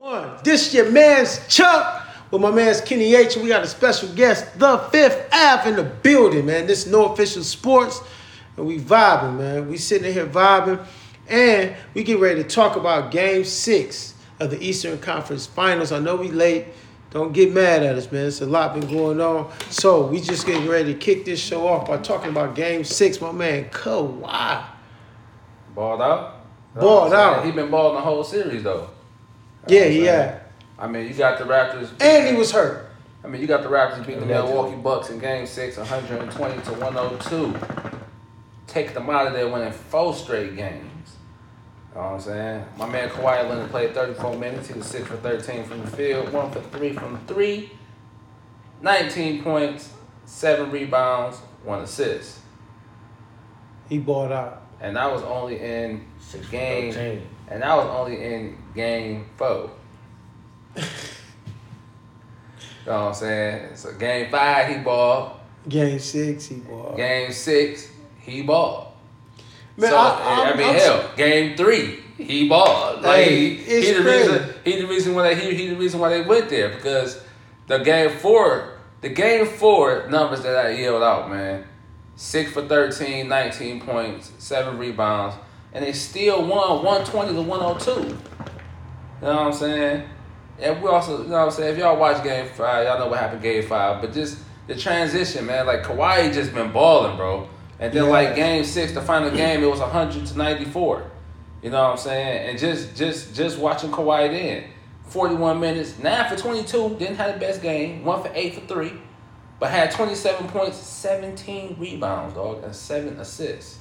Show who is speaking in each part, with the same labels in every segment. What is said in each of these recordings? Speaker 1: One, this your man's Chuck with my man's Kenny H. We got a special guest, the Fifth Ave in the building, man. This is no official sports, and we vibing, man. We sitting here vibing, and we get ready to talk about Game Six of the Eastern Conference Finals. I know we late. Don't get mad at us, man. It's a lot been going on. So we just getting ready to kick this show off by talking about Game Six. My man Kawhi.
Speaker 2: Balled out.
Speaker 1: Balled
Speaker 2: You know what I'm
Speaker 1: out.
Speaker 2: saying? He been balling the whole series though.
Speaker 1: Yeah, yeah.
Speaker 2: saying. I mean, you got the Raptors.
Speaker 1: And he was hurt.
Speaker 2: I mean, you got the Raptors beating the
Speaker 3: Yeah.
Speaker 2: Milwaukee Bucks in Game Six, 120 to 102. Take them out of there, winning four straight games. You know what I'm saying? My man Kawhi Leonard played 34 minutes. He was six for 13 from the field, one for three from three. 19 points, seven rebounds, one assist,
Speaker 1: He balled out.
Speaker 2: and that was only in
Speaker 3: Six for
Speaker 2: game.
Speaker 3: 13.
Speaker 2: And that was only in game four. you know what I'm saying? So game five, he balled.
Speaker 1: Game six, he balled.
Speaker 2: Game six, he balled.
Speaker 1: Man,
Speaker 2: so,
Speaker 1: I-
Speaker 2: I,
Speaker 1: I'm-
Speaker 2: mean,
Speaker 1: I'm-
Speaker 2: hell, game three, he balled. Like
Speaker 1: Hey,
Speaker 2: he,
Speaker 1: it's
Speaker 2: he the
Speaker 1: crazy.
Speaker 2: reason he the reason why they he, he the reason why they went there because the game four the game four numbers that I yelled out, man. Six for 13, 19 points, seven rebounds, and they still won 120 to 102. You know what I'm saying? And we also, you know what I'm saying, if y'all watch game five, y'all know what happened game five, but just the transition, man, like Kawhi just been balling, bro. And then
Speaker 1: Yeah.
Speaker 2: like game six, the final game, it was 100 to 94. You know what I'm saying? And just just just watching Kawhi then. 41 minutes, 9 for 22, didn't have the best game, 1 for 8 for 3, but had 27 points, 17 rebounds, dog, and 7 assists.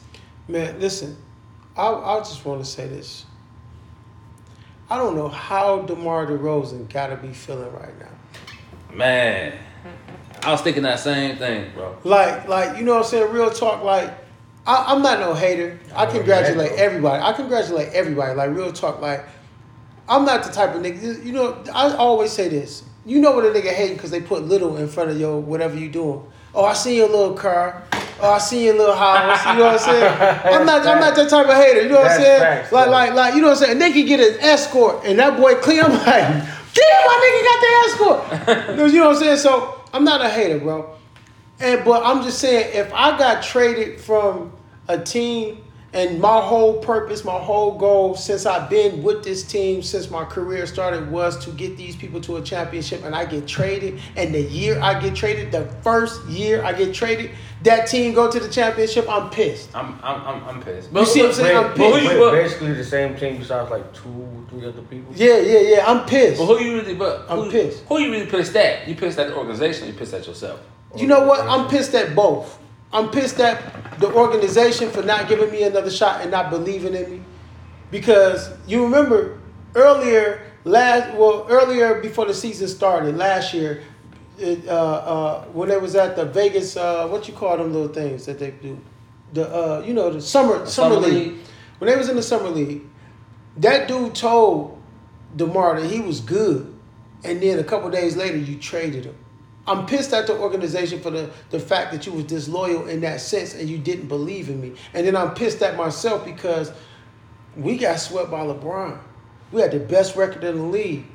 Speaker 1: Man, listen, I, I just want to say this. I don't know how DeMar DeRozan got to be feeling right now.
Speaker 2: Man, I was thinking that same thing, bro.
Speaker 1: Like, like you know what I'm saying? Real talk. Like, I, I'm not no hater. I
Speaker 3: know
Speaker 1: congratulate
Speaker 3: that, bro.
Speaker 1: everybody. I congratulate everybody. Like, real talk. Like, I'm not the type of nigga. You know, I always say this. You know what a nigga hating because they put little in front of your whatever you doing. Oh, I seen your little car. Oh, I seen your little house. You know what I'm saying? I'm not. I'm not that type of hater. You know what I'm
Speaker 3: That's
Speaker 1: saying?
Speaker 3: facts,
Speaker 1: like,
Speaker 3: bro.
Speaker 1: like, like. You know what I'm saying? And they can get an escort, and that boy clean. I'm like, damn, my nigga got the escort. you know what I'm saying? So I'm not a hater, bro. And but I'm just saying, if I got traded from a team and my whole purpose, my whole goal since I've been with this team, since my career started, was to get these people to a championship and I get traded, and the year I get traded, the first year I get traded, that team go to the championship, I'm pissed.
Speaker 2: I'm I'm I'm, I'm pissed.
Speaker 1: You see what I'm
Speaker 3: Wait,
Speaker 1: saying? I'm
Speaker 3: wait,
Speaker 1: pissed.
Speaker 3: wait,
Speaker 2: Well-
Speaker 3: basically the same team besides like two, three other people.
Speaker 1: Yeah, yeah, yeah. I'm pissed.
Speaker 2: But who you really? But who,
Speaker 1: I'm pissed.
Speaker 2: Who you really pissed at? You pissed at the organization. Or you pissed at yourself.
Speaker 1: You know what? I'm pissed at both. I'm pissed at the organization for not giving me another shot and not believing in me. Because you remember earlier last well earlier before the season started last year it, uh, uh, when it was at the Vegas uh, what you call them little things that they do the uh, you know the summer summer,
Speaker 2: summer
Speaker 1: league.
Speaker 2: league.
Speaker 1: when they was in the summer league that dude told DeMar that he was good and then a couple days later you traded him. I'm pissed at the organization for the, the fact that you was disloyal in that sense and you didn't believe in me. And then I'm pissed at myself because we got swept by LeBron. We had the best record in the league.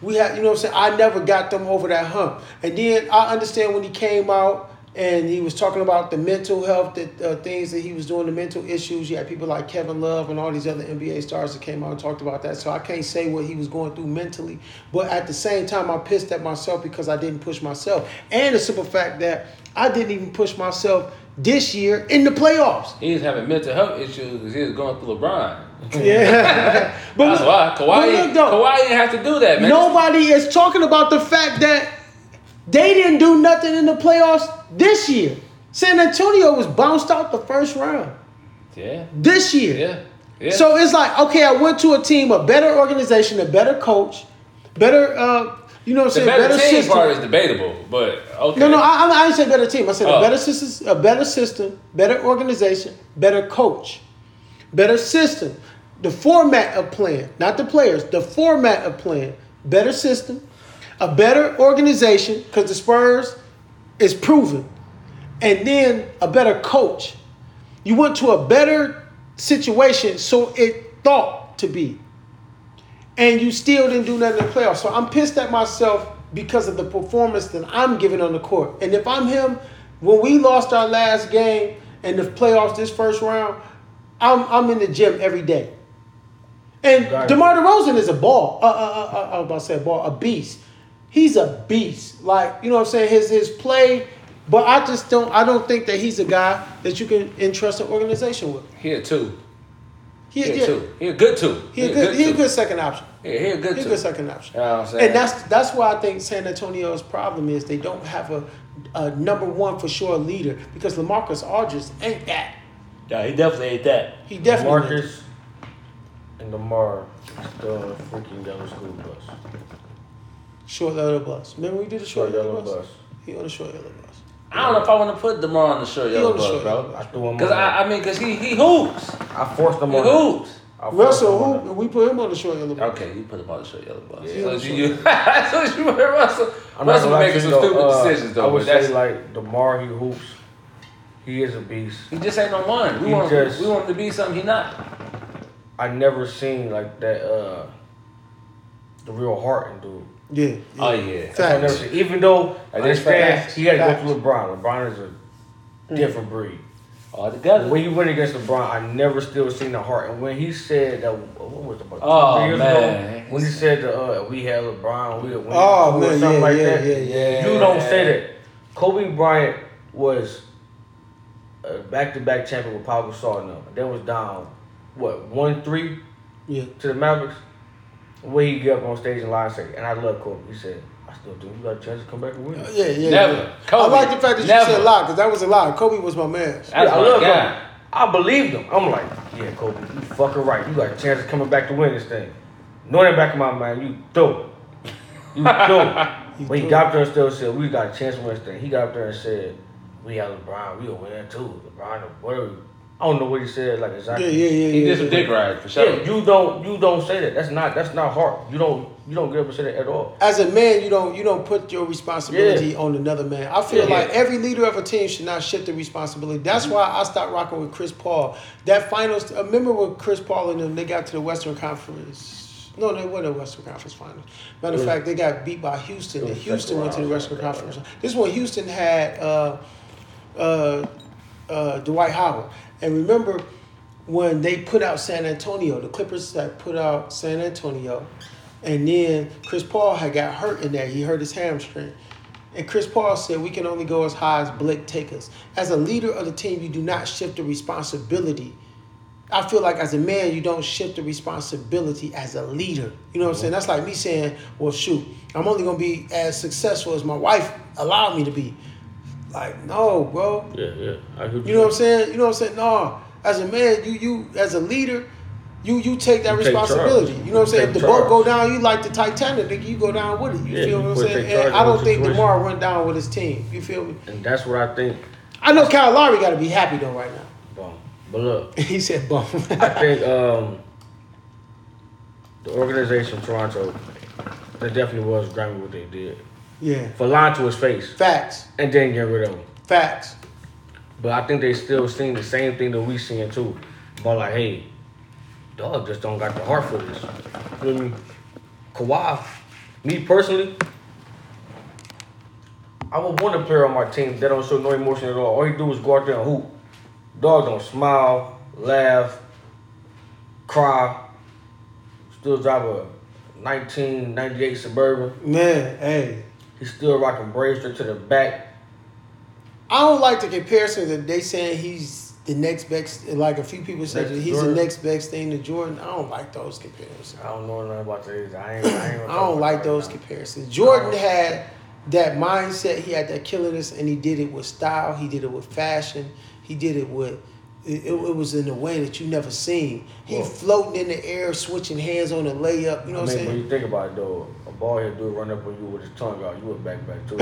Speaker 1: We had, you know what I'm saying? I never got them over that hump. And then I understand when he came out and he was talking about the mental health, the uh, things that he was doing, the mental issues. You had people like Kevin Love and all these other NBA stars that came out and talked about that. So I can't say what he was going through mentally. But at the same time, I'm pissed at myself because I didn't push myself. And the simple fact that I didn't even push myself this year in the playoffs.
Speaker 2: He was having mental health issues because he was going through LeBron.
Speaker 1: Yeah. but
Speaker 2: That's why
Speaker 1: but
Speaker 2: Kawhi.
Speaker 1: look, though.
Speaker 2: Kawhi didn't have to do that, man.
Speaker 1: Nobody is talking about the fact that they didn't do nothing in the playoffs this year. San Antonio was bounced out the first round
Speaker 2: Yeah,
Speaker 1: this year.
Speaker 2: yeah, yeah.
Speaker 1: So it's like, okay, I went to a team, a better organization, a better coach, better, uh, you know what I'm saying,
Speaker 2: the better, team
Speaker 1: system.
Speaker 2: part is debatable, but okay.
Speaker 1: No, no, I, I didn't say better team. I said a
Speaker 2: Oh.
Speaker 1: better system, a better system, better organization, better coach, better system. The format of playing, not the players. The format of playing, better system, a better organization because the Spurs is proven, and then a better coach. You went to a better situation, so it thought to be. and you still didn't do nothing in the playoffs. So I'm pissed at myself because of the performance that I'm giving on the court. And if I'm him, when we lost our last game and the playoffs this first round, I'm I'm in the gym every day. And
Speaker 3: Right.
Speaker 1: DeMar DeRozan is a ball. Uh, uh, uh, uh, I was about to say a ball, a beast. He's a beast. Like you know what I'm saying. His his play, but I just don't. I don't think that he's a guy that you can entrust an organization with.
Speaker 2: He a two.
Speaker 1: He,
Speaker 2: He
Speaker 1: yeah,
Speaker 2: a two. He a good two.
Speaker 1: He a good. He a
Speaker 2: two.
Speaker 1: good second option.
Speaker 2: Yeah, he a good
Speaker 1: He a
Speaker 2: two.
Speaker 1: good second option.
Speaker 2: You know what I'm saying?
Speaker 1: And that's that's why I think San Antonio's problem is they don't have a, a number one for sure leader because Lamarcus Aldridge ain't that.
Speaker 4: Yeah, he definitely ate that.
Speaker 1: He definitely
Speaker 3: Marcus and Demar still on the freaking yellow school bus.
Speaker 1: short yellow bus. Remember we did a short,
Speaker 3: Short
Speaker 1: yellow,
Speaker 3: yellow
Speaker 1: bus?
Speaker 3: bus.
Speaker 1: He on a short yellow bus.
Speaker 2: I don't know if I want to put DeMar on the short yellow
Speaker 1: on the
Speaker 2: bus,
Speaker 1: short yellow
Speaker 2: bro.
Speaker 3: I threw him on.
Speaker 2: Cause I,
Speaker 3: there.
Speaker 2: I mean, cause he he hoops.
Speaker 3: I forced him
Speaker 2: He
Speaker 3: on. there.
Speaker 2: hoops.
Speaker 3: I forced him on
Speaker 1: Russell, who
Speaker 3: there.
Speaker 1: we put him on the short yellow bus.
Speaker 2: Okay, you put him on the short yellow bus.
Speaker 1: Yeah.
Speaker 2: so you, you, so you were Russell.
Speaker 3: I'm not
Speaker 2: Russell
Speaker 3: gonna lie
Speaker 2: making
Speaker 3: to
Speaker 2: some
Speaker 3: you, though,
Speaker 2: stupid
Speaker 3: uh,
Speaker 2: decisions though.
Speaker 3: I would
Speaker 2: but that's,
Speaker 3: say like Demar, he hoops. He is a beast.
Speaker 2: he just ain't no one. We
Speaker 3: he
Speaker 2: want
Speaker 3: just-
Speaker 2: we want him to be something he not.
Speaker 3: I never seen like that. uh The real heart in dude.
Speaker 1: Yeah.
Speaker 2: Oh yeah.
Speaker 1: Fact.
Speaker 3: I never seen. Even though I
Speaker 2: That's
Speaker 3: understand
Speaker 2: facts.
Speaker 3: he had to go
Speaker 1: Facts. Mm.
Speaker 3: through LeBron. LeBron is a different breed.
Speaker 2: All together.
Speaker 3: When he went against LeBron, I never still seen the heart. And when he said that, what was it about two
Speaker 2: Oh,
Speaker 3: three years
Speaker 2: man.
Speaker 3: ago? When he said that uh, we had LeBron, we had win
Speaker 1: Oh,
Speaker 3: or
Speaker 1: man,
Speaker 3: something
Speaker 1: yeah,
Speaker 3: like
Speaker 1: yeah,
Speaker 3: that.
Speaker 1: yeah, yeah.
Speaker 3: You don't say that. Kobe Bryant was a back-to-back champion with Pau Gasol. Now they was down what one three
Speaker 1: Yeah.
Speaker 3: to the Mavericks. When he get up on stage and lied, say, and I love Kobe. He said, I still do. You got a chance to come back and win.
Speaker 1: Oh, Yeah, yeah.
Speaker 2: Never.
Speaker 1: yeah. I
Speaker 2: Kobe.
Speaker 1: like the fact that you
Speaker 2: Never.
Speaker 1: said lie because that was a lie. Kobe was my man.
Speaker 2: That's
Speaker 3: yeah, I
Speaker 2: my
Speaker 3: love
Speaker 2: guy.
Speaker 3: him. I believed him. I'm like, yeah, Kobe, you fucking right. You got a chance of coming back to win this thing. Knowing in the back of my mind, you do. You do. when he
Speaker 1: do.
Speaker 3: got up there and still said, we got a chance to win this thing. He got up there and said, we got LeBron, we'll win too. LeBron, whatever. I don't know what he said, like
Speaker 1: Yeah,
Speaker 3: exactly.
Speaker 1: yeah, yeah.
Speaker 2: He
Speaker 1: yeah,
Speaker 2: did some
Speaker 1: yeah.
Speaker 2: dick ride for
Speaker 3: Yeah,
Speaker 2: sure.
Speaker 3: you don't you don't say that. That's not that's not hard. You don't you don't get up and say that at all.
Speaker 1: As a man, you don't you don't put your responsibility
Speaker 3: Yeah.
Speaker 1: on another man. I feel
Speaker 3: Yeah. Mm-hmm.
Speaker 1: like every leader of a team should not shift the responsibility. That's why I stopped rocking with Chris Paul. That finals, uh, remember when Chris Paul and them they got to the Western Conference? No, they were the Western Conference Finals. Matter of fact, they got beat by Houston, and
Speaker 3: was
Speaker 1: Houston
Speaker 3: second
Speaker 1: went to the
Speaker 3: round,
Speaker 1: Western
Speaker 3: yeah.
Speaker 1: Conference. This one, Houston had. Uh, uh, uh, Dwight Howard. And remember when they put out San Antonio, the Clippers that put out San Antonio, and then Chris Paul had got hurt in there. He hurt his hamstring. And Chris Paul said, We can only go as high as Blake take us. As a leader of the team, you do not shift the responsibility. I feel like as a man, you don't shift the responsibility as a leader. You know what I'm saying? That's like me saying, Well, shoot, I'm only going to be as successful as my wife allowed me to be. Like, no, bro.
Speaker 3: Yeah, yeah. I
Speaker 1: You know what I'm saying? You know what I'm saying? No, as a man, you you as a leader, you you take that
Speaker 3: You take
Speaker 1: responsibility.
Speaker 3: charge.
Speaker 1: you know what I'm saying? If
Speaker 3: Take
Speaker 1: the boat
Speaker 3: charge.
Speaker 1: go down, you like the Titanic, nigga, you go down with it. You
Speaker 3: Yeah,
Speaker 1: feel what
Speaker 3: you
Speaker 1: I'm
Speaker 3: put-
Speaker 1: saying?
Speaker 3: take charge
Speaker 1: And
Speaker 3: of
Speaker 1: I
Speaker 3: the
Speaker 1: don't think
Speaker 3: situation.
Speaker 1: DeMar went down with his team. You feel me?
Speaker 3: And that's what I think.
Speaker 1: I know Kyle Lowry got to be happy though right now.
Speaker 3: Boom. But look,
Speaker 1: he said bum.
Speaker 3: I think um, the organization Toronto, they definitely was grimy what they did.
Speaker 1: yeah.
Speaker 3: For lying to his face
Speaker 1: Facts.
Speaker 3: and then get rid of him.
Speaker 1: Facts.
Speaker 3: But I think they still seeing the same thing that we seeing too. But like, hey, dog just don't got the heart for this. You know what I mean? Kawhi, me personally, I would want a player on my team that don't show no emotion at all. All he do is go out there and hoop. Dog don't smile, laugh, cry. Still drive a 1998 Suburban.
Speaker 1: Man, hey.
Speaker 3: He's still rocking braids straight to the back.
Speaker 1: I don't like the comparison that they saying he's the next best. Like a few people said
Speaker 3: Next
Speaker 1: that he's
Speaker 3: Jordan.
Speaker 1: the next best thing to Jordan. I don't like those comparisons.
Speaker 3: I don't know nothing about these. I ain't. I, ain't
Speaker 1: I don't like those comparisons. Jordan had that mindset. He had that killiness, and he did it with style. He did it with fashion. He did it with. It, it was in a way that you never seen. He
Speaker 3: Well-
Speaker 1: floating in the air, switching hands on a layup. You know
Speaker 3: I
Speaker 1: what I'm
Speaker 3: mean, when
Speaker 1: saying?
Speaker 3: you think about it, though, a ball head dude run up on you with his tongue out, you would back back too.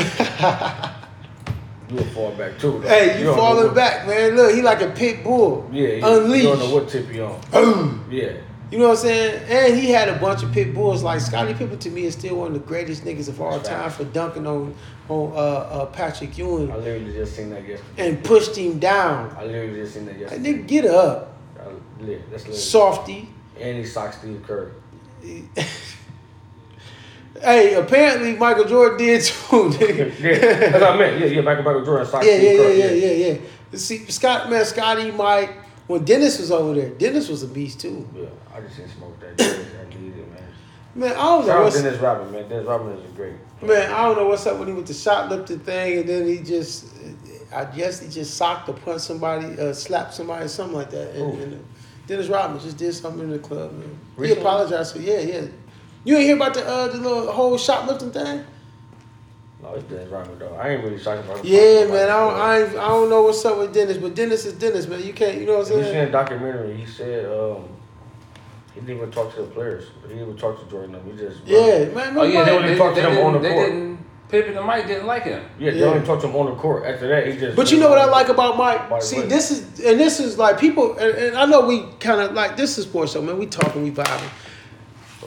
Speaker 3: you would fall back too. though.
Speaker 1: Hey, you
Speaker 3: don't know
Speaker 1: falling
Speaker 3: what-
Speaker 1: back, man. Look, he like a pit bull.
Speaker 3: Yeah, you,
Speaker 1: unleashed.
Speaker 3: You don't know what tip you on. Yeah,
Speaker 1: You know what I'm saying? And he had a bunch of pit bulls. Like Scottie Pippen to me is still one of the greatest niggas of all
Speaker 3: That's
Speaker 1: time
Speaker 3: right.
Speaker 1: for dunking on on uh, uh, Patrick Ewing
Speaker 3: I literally just seen that yesterday.
Speaker 1: and pushed him down.
Speaker 3: I literally just seen that
Speaker 1: Like,
Speaker 3: yesterday.
Speaker 1: nigga, get up.
Speaker 3: I, yeah, that's literally.
Speaker 1: Softy.
Speaker 3: and he socked Steve Curry.
Speaker 1: hey, apparently Michael Jordan did too. Nigga.
Speaker 3: yeah, that's what I meant. Yeah, yeah, Michael Michael Jordan, Sox,
Speaker 1: yeah, yeah, yeah,
Speaker 3: Curry,
Speaker 1: yeah, yeah, yeah. See, Scott, man, Scotty, Mike. When Dennis was over there, Dennis was a beast too.
Speaker 3: Yeah, I just didn't smoke that. Dennis. I need it, man.
Speaker 1: Man, I don't know
Speaker 3: Shout out
Speaker 1: what's
Speaker 3: Dennis Robin, man. Dennis Robin is a great.
Speaker 1: man, I don't know what's up with him with the shoplifting thing, and then he just, I guess he just socked or punched somebody, uh, slapped somebody, something like that. And,
Speaker 3: Who?
Speaker 1: and uh, Dennis Rodman just did something in the club. Man. He
Speaker 3: Recently?
Speaker 1: apologized for yeah, yeah. You ain't hear about the uh, the little whole shoplifting thing?
Speaker 3: No, Oh, it's Dennis Rodman though. I ain't really talking about.
Speaker 1: Yeah, man. I don't, I, ain't, I don't know what's up with Dennis, but Dennis is Dennis, man. You can't, you know what I'm
Speaker 3: You seen
Speaker 1: saying?
Speaker 3: a documentary? He said um, he didn't even talk to the players. He didn't even talk to Jordan. though. He just
Speaker 1: Yeah, man. No,
Speaker 2: Oh yeah,
Speaker 1: man.
Speaker 2: they,
Speaker 3: only
Speaker 2: they,
Speaker 3: talked
Speaker 2: they
Speaker 3: to him
Speaker 2: didn't,
Speaker 3: on the
Speaker 2: they
Speaker 3: court.
Speaker 2: didn't. Pippen and Mike didn't like him.
Speaker 3: yeah. They
Speaker 1: Yeah.
Speaker 3: only talked to him on the court. After that, he just.
Speaker 1: But you know what I like about Mike?
Speaker 3: Mike
Speaker 1: See,
Speaker 3: Williams.
Speaker 1: this is and this is like people, and, and I know we kind of like this is sports show, man. We talking, we vibing.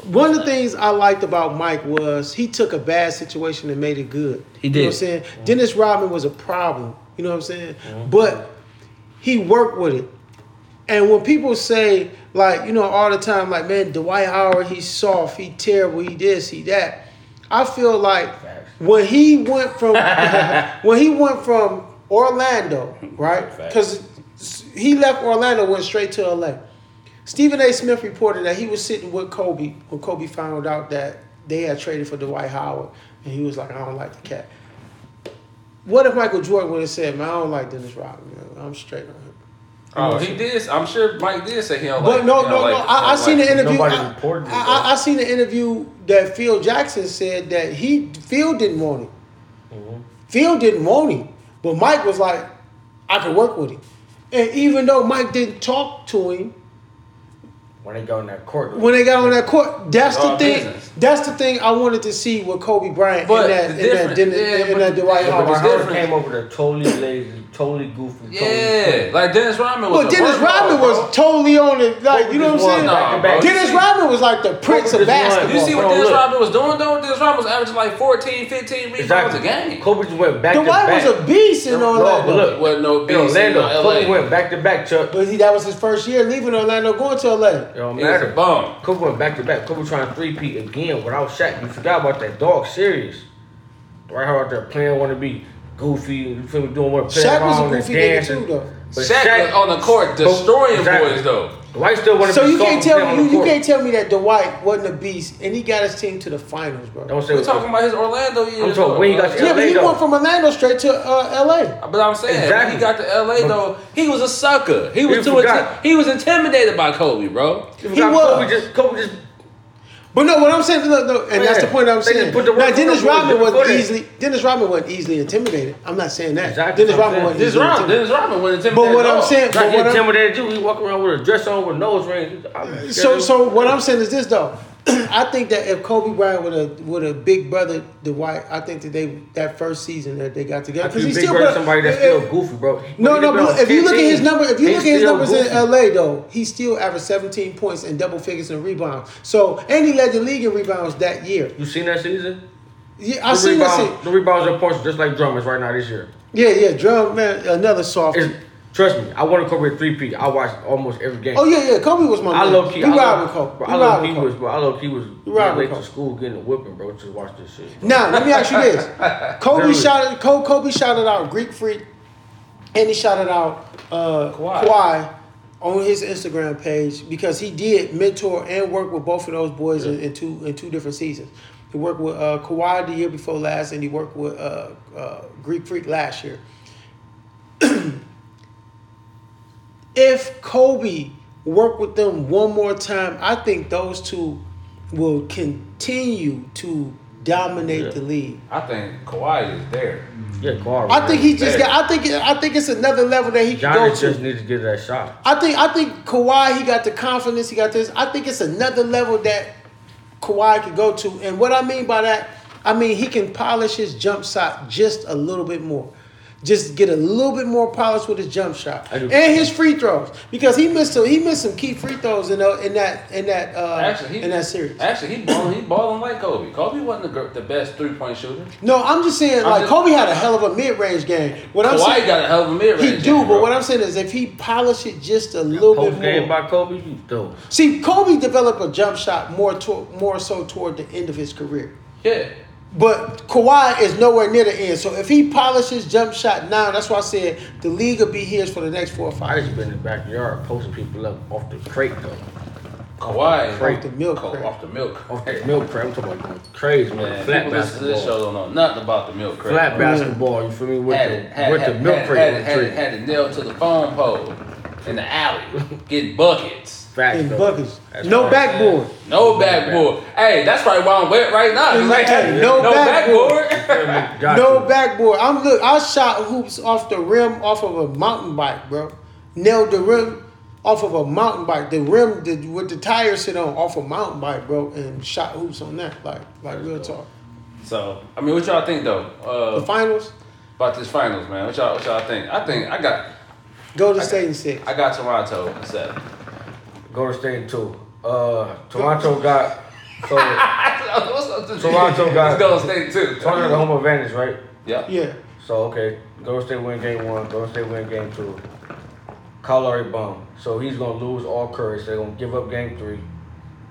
Speaker 1: One of the things I liked about Mike was he took a bad situation and made it good.
Speaker 2: He
Speaker 1: You know
Speaker 2: did.
Speaker 1: what I'm saying? Dennis Rodman was a problem. You know what I'm saying?
Speaker 3: Mm-hmm.
Speaker 1: But he worked with it. And when people say, like, you know, all the time, like, man, Dwight Howard, he's soft, he terrible, he this, he that. I feel like
Speaker 3: Facts.
Speaker 1: when he went from when he went from Orlando, right?
Speaker 4: Facts.
Speaker 1: Because he left Orlando, went straight to LA. Stephen A. Smith reported that he was sitting with Kobe when Kobe found out that they had traded for Dwight Howard, and he was like, "I don't like the cat." What if Michael Jordan would have said, "Man, I don't like Dennis Rodman. man. I'm straight on him."
Speaker 2: Oh, he did. I'm sure Mike did say he don't like.
Speaker 1: But no,
Speaker 2: he
Speaker 1: no,
Speaker 2: don't
Speaker 1: no.
Speaker 2: like-
Speaker 1: I, I
Speaker 2: don't
Speaker 1: seen
Speaker 2: like
Speaker 1: the
Speaker 2: him.
Speaker 1: interview.
Speaker 3: Nobody
Speaker 1: I,
Speaker 3: reported it,
Speaker 1: I-
Speaker 3: though.
Speaker 1: I, I seen the interview that Phil Jackson said that he Phil didn't want him.
Speaker 2: Mm-hmm.
Speaker 1: Phil didn't want him, but Mike was like, "I could work with him." And even though Mike didn't talk to him
Speaker 3: when they got on that court.
Speaker 1: when they got on that court, that's the
Speaker 2: All
Speaker 1: thing.
Speaker 2: business.
Speaker 1: That's the thing I wanted to see with Kobe Bryant
Speaker 2: But
Speaker 1: and that,
Speaker 2: the
Speaker 1: and that,
Speaker 2: difference-
Speaker 1: Dennis,
Speaker 2: yeah,
Speaker 1: and
Speaker 2: but
Speaker 1: that
Speaker 2: the-
Speaker 1: Dwight
Speaker 2: yeah,
Speaker 3: But
Speaker 1: Howard.
Speaker 2: it's
Speaker 3: Dwight Howard
Speaker 2: different.
Speaker 3: came over there totally lazy, totally goofy. Totally
Speaker 2: Yeah, like Dennis Rodman was.
Speaker 1: But
Speaker 2: a
Speaker 1: Dennis
Speaker 2: workhorse,
Speaker 1: Rodman
Speaker 2: bro.
Speaker 1: was totally on it. Like you know what I'm saying?
Speaker 2: Nah,
Speaker 3: Back-to-back.
Speaker 2: bro.
Speaker 1: Dennis Rodman was like the prince of
Speaker 3: just won.
Speaker 1: basketball.
Speaker 2: You see what
Speaker 3: Bro,
Speaker 2: Dennis
Speaker 3: look.
Speaker 2: Rodman was doing though? Dennis Rodman was averaging like 14, 15 rebounds
Speaker 3: Exactly.
Speaker 2: a game.
Speaker 3: Kobe just went back
Speaker 1: The
Speaker 3: to back.
Speaker 1: Dwight was a beast and all
Speaker 3: No,
Speaker 1: that.
Speaker 3: but
Speaker 1: though.
Speaker 3: look,
Speaker 2: Wasn't no
Speaker 3: in
Speaker 2: beast,
Speaker 3: Orlando,
Speaker 2: you know,
Speaker 3: Kobe
Speaker 2: LA.
Speaker 3: went back to back, Chuck.
Speaker 1: But he, that was his first year leaving Orlando, going to LA.
Speaker 3: It don't
Speaker 2: He was a
Speaker 3: matter.
Speaker 2: bum.
Speaker 3: Kobe went back to back. Kobe trying three P again without Shaq. You forgot about that dog serious. Right how out there playing want to be goofy. You feel me doing what?
Speaker 1: Shaq was a
Speaker 3: around and
Speaker 1: goofy nigga
Speaker 3: dancing.
Speaker 1: too, though.
Speaker 3: But
Speaker 2: Shaq, was on the court destroying
Speaker 3: Exactly.
Speaker 2: boys though.
Speaker 3: Dwight still want to
Speaker 1: So
Speaker 3: be
Speaker 1: you
Speaker 3: soft
Speaker 1: can't
Speaker 3: and play
Speaker 1: tell
Speaker 3: on
Speaker 1: me
Speaker 3: the
Speaker 1: you, you
Speaker 3: court.
Speaker 1: can't tell me that Dwight wasn't a beast and he got his team to the finals, bro.
Speaker 3: Don't say
Speaker 2: We're
Speaker 3: what
Speaker 2: talking about his Orlando years.
Speaker 3: I'm talking
Speaker 2: though,
Speaker 3: when he
Speaker 2: bro.
Speaker 3: got to
Speaker 1: yeah, but he
Speaker 3: LA,
Speaker 1: went
Speaker 3: though.
Speaker 1: from Orlando straight to uh, LA.
Speaker 2: But I'm saying
Speaker 3: Exactly.
Speaker 2: when he got to LA though, he was a sucker. He was
Speaker 3: You
Speaker 2: too
Speaker 3: forgot.
Speaker 2: inti- he was intimidated by Kobe, bro.
Speaker 1: he
Speaker 3: You forgot
Speaker 1: was.
Speaker 3: Kobe just Kobe just
Speaker 1: But no, what I'm saying, look, look, and that's the
Speaker 3: Yeah.
Speaker 1: point I'm
Speaker 3: They just
Speaker 1: saying.
Speaker 3: put the
Speaker 1: now
Speaker 3: work
Speaker 1: Dennis
Speaker 3: on the
Speaker 1: Rodman
Speaker 3: boys before
Speaker 1: wasn't
Speaker 3: that.
Speaker 1: easily Dennis Rodman wasn't easily intimidated. I'm not saying that.
Speaker 3: Exactly
Speaker 1: Dennis
Speaker 3: what
Speaker 1: Rodman
Speaker 3: I'm saying.
Speaker 1: wasn't
Speaker 2: This
Speaker 1: easily
Speaker 2: round,
Speaker 1: intimidated.
Speaker 2: Dennis Rodman wasn't
Speaker 1: But
Speaker 2: intimidated.
Speaker 1: what
Speaker 2: at
Speaker 1: I'm
Speaker 2: all.
Speaker 1: saying,
Speaker 3: not
Speaker 1: but what I'm,
Speaker 3: intimidated you. He walk around with a dress on with nose rings.
Speaker 1: So
Speaker 3: I'm scared.
Speaker 1: so what I'm saying is this though. I think that if Kobe Bryant would have would a big brother Dwight, I think that they that first season that they got together
Speaker 3: I
Speaker 1: because
Speaker 3: think
Speaker 1: he
Speaker 3: Big
Speaker 1: still
Speaker 3: Brother
Speaker 1: put-
Speaker 3: somebody that's
Speaker 1: eh,
Speaker 3: still
Speaker 1: eh,
Speaker 3: goofy, bro.
Speaker 1: No, no,
Speaker 3: He been
Speaker 1: but
Speaker 3: on
Speaker 1: if you look at his
Speaker 3: 15,
Speaker 1: number, if you
Speaker 3: he's
Speaker 1: look at his
Speaker 3: still
Speaker 1: numbers
Speaker 3: goofy.
Speaker 1: in LA though, he still averaged 17 points and double figures in rebounds. So and he led the league in rebounds that year.
Speaker 3: you seen that season?
Speaker 1: Yeah, I
Speaker 3: the
Speaker 1: seen that.
Speaker 3: rebound,
Speaker 1: shit.
Speaker 3: The rebounds are points just like drummers right now this year.
Speaker 1: Yeah, yeah, drum man, another soft.
Speaker 3: It's, trust me, I want to cover three P. I watch almost every game.
Speaker 1: oh yeah, yeah, Kobe was my
Speaker 3: I
Speaker 1: man.
Speaker 3: low key.
Speaker 1: You
Speaker 3: I
Speaker 1: ride
Speaker 3: low,
Speaker 1: with Kobe.
Speaker 3: bro,
Speaker 1: You
Speaker 3: I
Speaker 1: ride
Speaker 3: low
Speaker 1: with
Speaker 3: key
Speaker 1: Kobe.
Speaker 3: was. Bro, I low key was
Speaker 1: ride with
Speaker 3: late
Speaker 1: Kobe.
Speaker 3: to school getting a whipping, bro. Just watch this shit.
Speaker 1: Now, let me ask you this. Kobe
Speaker 3: Really?
Speaker 1: shouted Kobe, Kobe shouted out Greek Freak and he shouted out uh, Kawhi.
Speaker 2: Kawhi.
Speaker 1: on his Instagram page because he did mentor and work with both of those boys in, in two in two different seasons. He worked with uh, Kawhi the year before last and he worked with uh, uh, Greek Freak last year. if Kobe worked with them one more time, I think those two will continue to dominate
Speaker 3: Yeah.
Speaker 1: the league.
Speaker 2: I think Kawhi is there.
Speaker 3: Yeah, Kawhi.
Speaker 1: I think he just
Speaker 2: Hey.
Speaker 1: got. I think. I think it's another level that he can go
Speaker 3: Giannis
Speaker 1: to.
Speaker 3: just needs to get that shot.
Speaker 1: I think. I think Kawhi. He got the confidence. He got this. I think it's another level that Kawhi could go to. And what I mean by that, I mean he can polish his jump shot just a little bit more. Just get a little bit more polished with his jump shot
Speaker 3: I do.
Speaker 1: and his free throws because he missed some, he missed some key free throws in, the, in that in that uh,
Speaker 2: Actually, he-
Speaker 1: in that series.
Speaker 2: Actually, he balling. He balling like Kobe. Kobe wasn't the, gr- the best three point shooter.
Speaker 1: No, I'm just saying
Speaker 2: I'm
Speaker 1: like
Speaker 2: just-
Speaker 1: Kobe had a hell of a mid range game. What I'm
Speaker 2: Kawhi
Speaker 1: saying,
Speaker 2: got a hell of a mid
Speaker 1: he
Speaker 2: range.
Speaker 1: do, but what I'm saying is if he polished it just a little bit
Speaker 3: Post
Speaker 1: more.
Speaker 3: game by Kobe, you dope.
Speaker 1: See, Kobe developed a jump shot more to, more so toward the end of his career.
Speaker 2: yeah,
Speaker 1: But Kawhi is nowhere near the end. So if he polishes jump shot now, that's why I said the league will be his for the next four or
Speaker 3: I
Speaker 1: five
Speaker 3: just
Speaker 1: years.
Speaker 3: been in the backyard posting people up off the crate though,
Speaker 2: Kawhi
Speaker 1: Off the milk.
Speaker 2: Ko-
Speaker 1: crate.
Speaker 2: off the milk.
Speaker 3: off
Speaker 2: crate.
Speaker 3: the milk crate. I'm talking about going crazy man.
Speaker 2: Man,
Speaker 3: Flat
Speaker 2: people listen to this show
Speaker 3: basketball.
Speaker 2: don't know nothing about the milk crate.
Speaker 1: Mm.
Speaker 3: Flat basketball. You feel me? With
Speaker 2: had
Speaker 3: the
Speaker 2: it, had,
Speaker 3: with
Speaker 2: had,
Speaker 3: the milk
Speaker 2: had,
Speaker 3: crate
Speaker 2: had,
Speaker 3: on the
Speaker 2: had,
Speaker 3: tree.
Speaker 2: had it nailed to the phone pole in the alley, getting buckets.
Speaker 3: Facts,
Speaker 1: In
Speaker 3: though.
Speaker 1: buckets.
Speaker 3: That's
Speaker 1: No
Speaker 3: right.
Speaker 1: backboard.
Speaker 2: No backboard. Hey, that's probably why I'm wet right now. 'cause I had
Speaker 1: No backboard.
Speaker 2: backboard.
Speaker 3: Got
Speaker 1: No
Speaker 3: you.
Speaker 1: backboard. I'm look. I shot hoops off the rim off of a mountain bike, bro. Nailed the rim off of a mountain bike. The rim the, with the tires sit on off a mountain bike, bro, and shot hoops on that. Like like real talk.
Speaker 2: so, I mean, what y'all think though
Speaker 1: The
Speaker 2: uh,
Speaker 1: finals
Speaker 2: about this finals, man? What y'all, what y'all think? I think I got,
Speaker 1: go to state and six.
Speaker 2: I got Toronto in seven.
Speaker 3: Golden State too. Uh, Toronto got so Toronto
Speaker 2: Toronto Let's
Speaker 3: got-
Speaker 2: go state two.
Speaker 3: got the home advantage, right?
Speaker 2: Yeah.
Speaker 1: Yeah.
Speaker 3: So okay, Golden State win game one. Golden State win game two. Kyle already bum, so he's gonna lose all courage. They're gonna give up game three.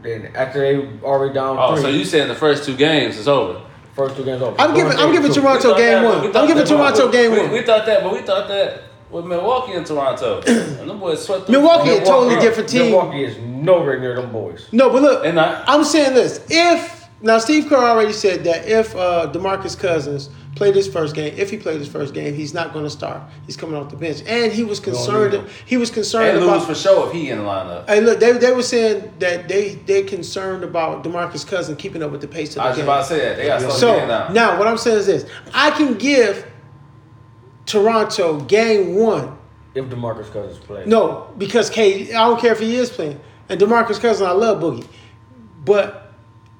Speaker 3: Then after they already down
Speaker 2: Oh,
Speaker 3: three,
Speaker 2: so you saying the first two games is over?
Speaker 3: first two games over.
Speaker 1: I'm giving-
Speaker 3: Golden
Speaker 1: I'm
Speaker 3: State
Speaker 1: giving
Speaker 3: two.
Speaker 1: Toronto-
Speaker 2: We thought
Speaker 1: game
Speaker 2: that, but
Speaker 1: one.
Speaker 2: we thought
Speaker 1: I'm giving
Speaker 2: that, but
Speaker 1: Toronto
Speaker 2: we-
Speaker 1: game
Speaker 2: we-
Speaker 1: one.
Speaker 2: We thought that, but we thought that with Milwaukee and Toronto, and them boys swept. them.
Speaker 1: Milwaukee a totally
Speaker 3: Milwaukee-
Speaker 1: different team.
Speaker 3: Milwaukee is nowhere near them boys.
Speaker 1: No, but look,
Speaker 2: They're not.
Speaker 1: I'm saying this. If now Steve Kerr already said that if uh, Demarcus Cousins played his first game, if he played his first game, he's not going to start. He's coming off the bench, and he was
Speaker 3: need
Speaker 1: concerned.
Speaker 3: him.
Speaker 1: He was
Speaker 2: They
Speaker 1: concerned
Speaker 2: lose
Speaker 1: about.
Speaker 2: for sure if he in the lineup.
Speaker 1: hey, look, they, they were saying that they they concerned about Demarcus Cousins keeping up with the pace of
Speaker 2: I
Speaker 1: the
Speaker 2: was just
Speaker 1: game.
Speaker 2: about to say that. They got slow
Speaker 1: So
Speaker 2: down now.
Speaker 1: now, what I'm saying is this: I can give Toronto game one.
Speaker 3: If DeMarcus Cousins plays,
Speaker 1: No, because K. I don't care if he is playing. And Demarcus Cousins, I love Boogie, but